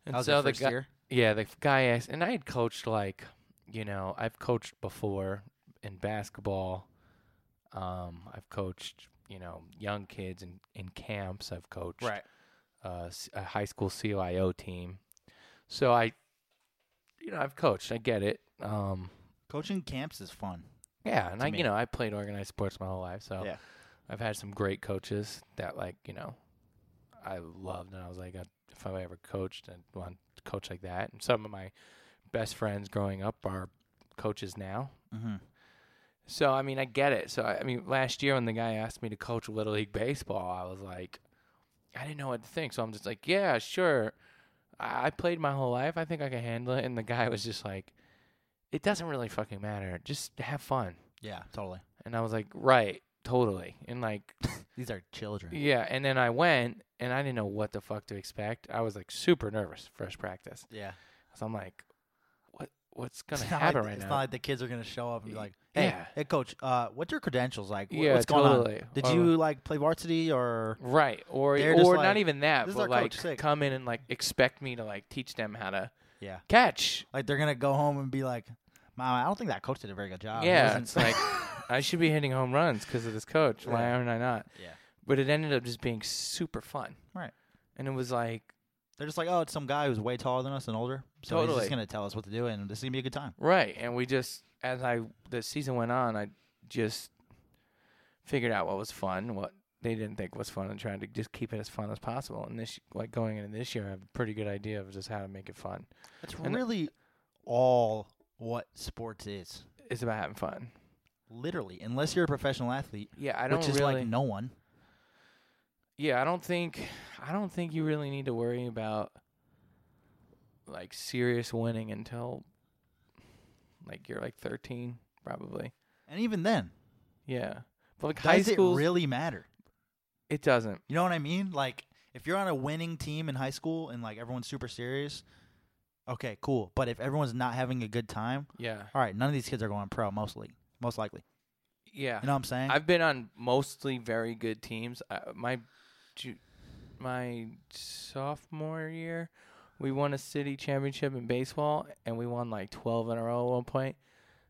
And
That was
so
their
the
first
guy,
year?
yeah, the guy asked, and I had coached like, you know, I've coached before in basketball. Um, I've coached, you know, young kids in, in camps. I've coached uh, s- a high school CIO team. So I, you know, I've coached. I get it. Um,
Coaching camps is fun.
yeah, and
To
I,
me.
you know, I played organized sports my whole life, so
Yeah.
I've had some great coaches that, like, you know, I loved, and I was like, I, if I ever coached, I'd want to coach like that. And some of my best friends growing up are coaches now.
Mm-hmm.
So I mean, I get it. So I I mean, last year when the guy asked me to coach little league baseball, I was like, I didn't know what to think. So I'm just like, yeah, sure. I I played my whole life. I think I can handle it. And the guy was just like, it doesn't really fucking matter. Just have fun.
Yeah, totally.
And I was like, right, totally. And like,
These are children.
yeah. And then I went and I didn't know what the fuck to expect. I was like super nervous first practice.
Yeah.
So I'm like, what what's gonna
It's not
happen
like,
right
it's
now?
not like the kids are gonna show up and be
Y-
like, "Hey,
yeah.
hey, coach, uh, what's your credentials like? Wh-
Yeah,
What's going
totally.
on? Did
Or-
you like play varsity or
Right. Or
They're just
or
like,
not even that,
"This is
but
our coach,
like
sick."
come in and like expect me to like teach them how to
yeah?
catch.
Like they're gonna go home and be like, "Mom, I don't think that coach did a very good job." Oh, He
yeah,
wasn't-
it's like I should be hitting home runs because of this coach. Why
Yeah.
aren't I not?
yeah,
But it ended up just being super fun.
Right.
And it was like
they're just like, "Oh, it's some guy who's way taller than us and older, so he's
Totally.
just gonna tell us what to do, and this is gonna be a good time."
right, and we just as I the season went on, I just figured out what was fun, what they didn't think was fun, and tried to just keep it as fun as possible. And this like going into this year, I have a pretty good idea of just how to make it fun.
That's
And-
really all what sports is,
It's about having fun.
literally. Unless you're a professional athlete,
Yeah, I don't
which is
really
like no one.
yeah, I don't think I don't think you really need to worry about like serious winning until like you're like 13 probably.
And even then,
Yeah. But like high
does it
school
really matter?
it doesn't.
You know what I mean? Like if you're on a winning team in high school and like everyone's super serious, okay, cool. But if everyone's not having a good time,
Yeah.
all right, none of these kids are going pro mostly. Most likely.
Yeah.
You know what I'm saying?
I've been on mostly very good teams. I, my ju- my sophomore year, we won a city championship in baseball and we won like 12 in a row at one point.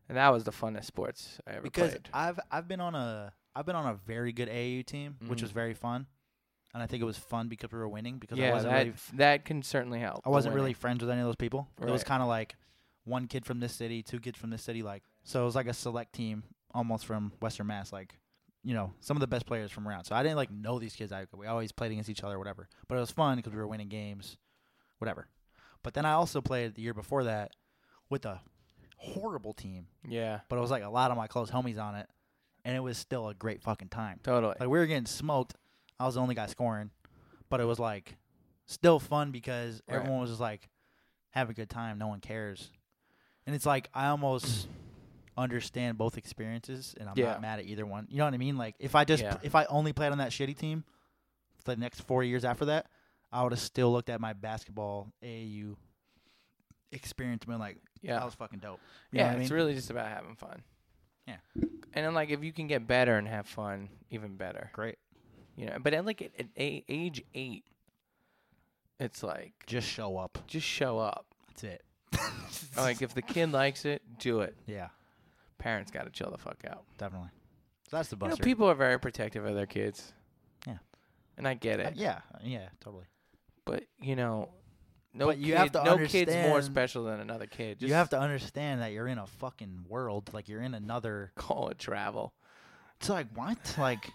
And that was the funnest sports I ever
because
played.
I've I've been on a I've been on a very good AAU team, which
Mhm.
was very fun. And I think it was fun because we were winning because I
yeah,
wasn't
that
really
that can certainly help.
I
the
wasn't
winning.
really friends with any of those people. It was
Right.
kind of like one kid from this city, two kids from this city, like so it was like a select team almost from Western Mass, like you know some of the best players from around. So I didn't like know these kids. I we always played against each other, or whatever. But it was fun because we were winning games, whatever. But then I also played the year before that with a horrible team,
Yeah,
but it was like a lot of my close homies on it, and it was still a great fucking time.
totally.
Like we were getting smoked. I was the only guy scoring, but it was like still fun because
Right.
everyone was just like have a good time. No one cares, and it's like I almost understand both experiences, and I'm
Yeah.
not mad at either one. You know what I mean? Like if I just
Yeah.
if I only played on that shitty team for the next four years after that, I would have still looked at my basketball AAU experience and been like,
yeah,
that was fucking dope. You know
yeah.
what I
It's
mean?
really just about having fun.
Yeah.
and then like if you can get better and have fun, even better.
great.
You know, but at like at, at a- age eight, it's like
Just show up.
just show up.
That's it.
like if the kid likes it, do it.
yeah,
Parents got to chill the fuck out.
definitely. So that's the
You know,
buster.
people are very protective of their kids.
Yeah.
And I get it.
Uh, yeah, yeah, totally.
But you know, no
But you
kid-
have to
no kid's more
understand-
special than another kid. Just
you have to understand that you're in a fucking world, like you're in another.
call it travel.
It's like what? Like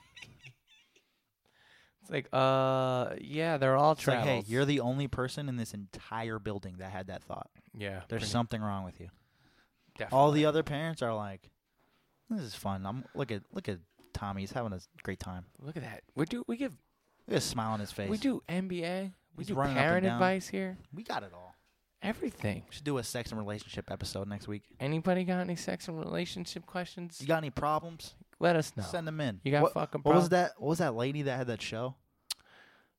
It's like, uh, yeah, they're all
it's like,
travels.
hey, you're the only person in this entire building that had that thought.
yeah.
There's
pretty-
something wrong with you.
definitely.
All the other parents are like, "This is fun." I'm look at look at Tommy. He's having a great time.
Look at that. We do. We give.
Look at a smile on his face.
We do NBA. We
He's
do
running up and
parent
down.
advice here.
We got it all.
Everything.
We should do a sex and relationship episode next week.
Anybody got any sex and relationship questions?
You got any problems?
Let us know.
Send them in.
You got
what,
fucking
What was
prob-
that? What was that lady that had that show?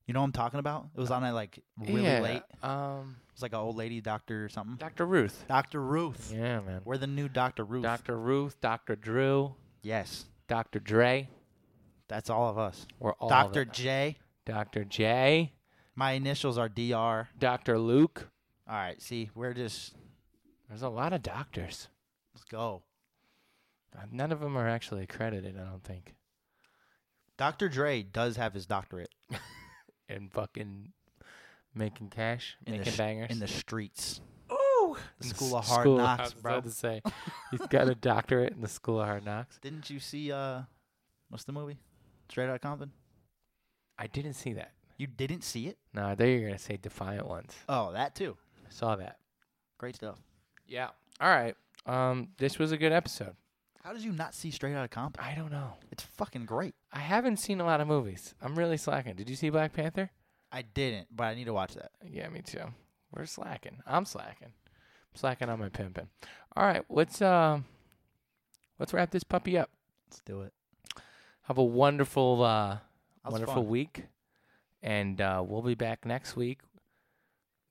You know what I'm talking about? It was on at like really
yeah,
late.
Um,
It's like an old lady doctor or something.
Dr. Ruth.
Doctor Ruth.
Yeah, man.
We're the new Doctor Ruth.
Dr. Ruth, Dr. Drew,
yes,
Dr. Dre.
that's all of us.
We're all of
Doctor
it.
J.
Dr. J,
My initials are Dr.
Dr. Luke.
All right, see, we're just
There's a lot of doctors.
let's go.
Uh, None of them are actually accredited, I don't think.
Dr. Dre does have his doctorate
And fucking making cash,
in the,
making
sh-
bangers.
in the streets.
Ooh,
The school of hard
I
knocks,
was
bro.
about to say, he's got a doctorate in the school of hard knocks.
Didn't you see uh what's the movie? Straight Outta Compton?
I didn't see that.
You didn't see it?
No, I thought you were gonna say defiant ones.
Oh, that too.
I saw that.
Great stuff.
Yeah. All right. Um, this was a good episode.
How did you not see Straight Outta Compton?
I don't know.
It's fucking great.
I haven't seen a lot of movies. I'm really slacking. Did you see Black Panther?
I didn't, but I need to watch that.
Yeah, me too. We're slacking. I'm slacking. I'm slacking on my pimping. All right, let's um, let's wrap this puppy up.
Let's do it.
Have a wonderful, uh,
was
wonderful
fun.
week, and uh, we'll be back next week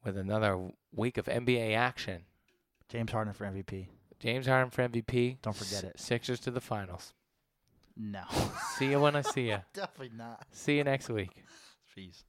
with another week of NBA action.
James Harden for MVP.
James Harden for MVP.
Don't forget it.
Sixers to the finals.
No.
See you when I see you.
Definitely not.
See you next week.
Jeez.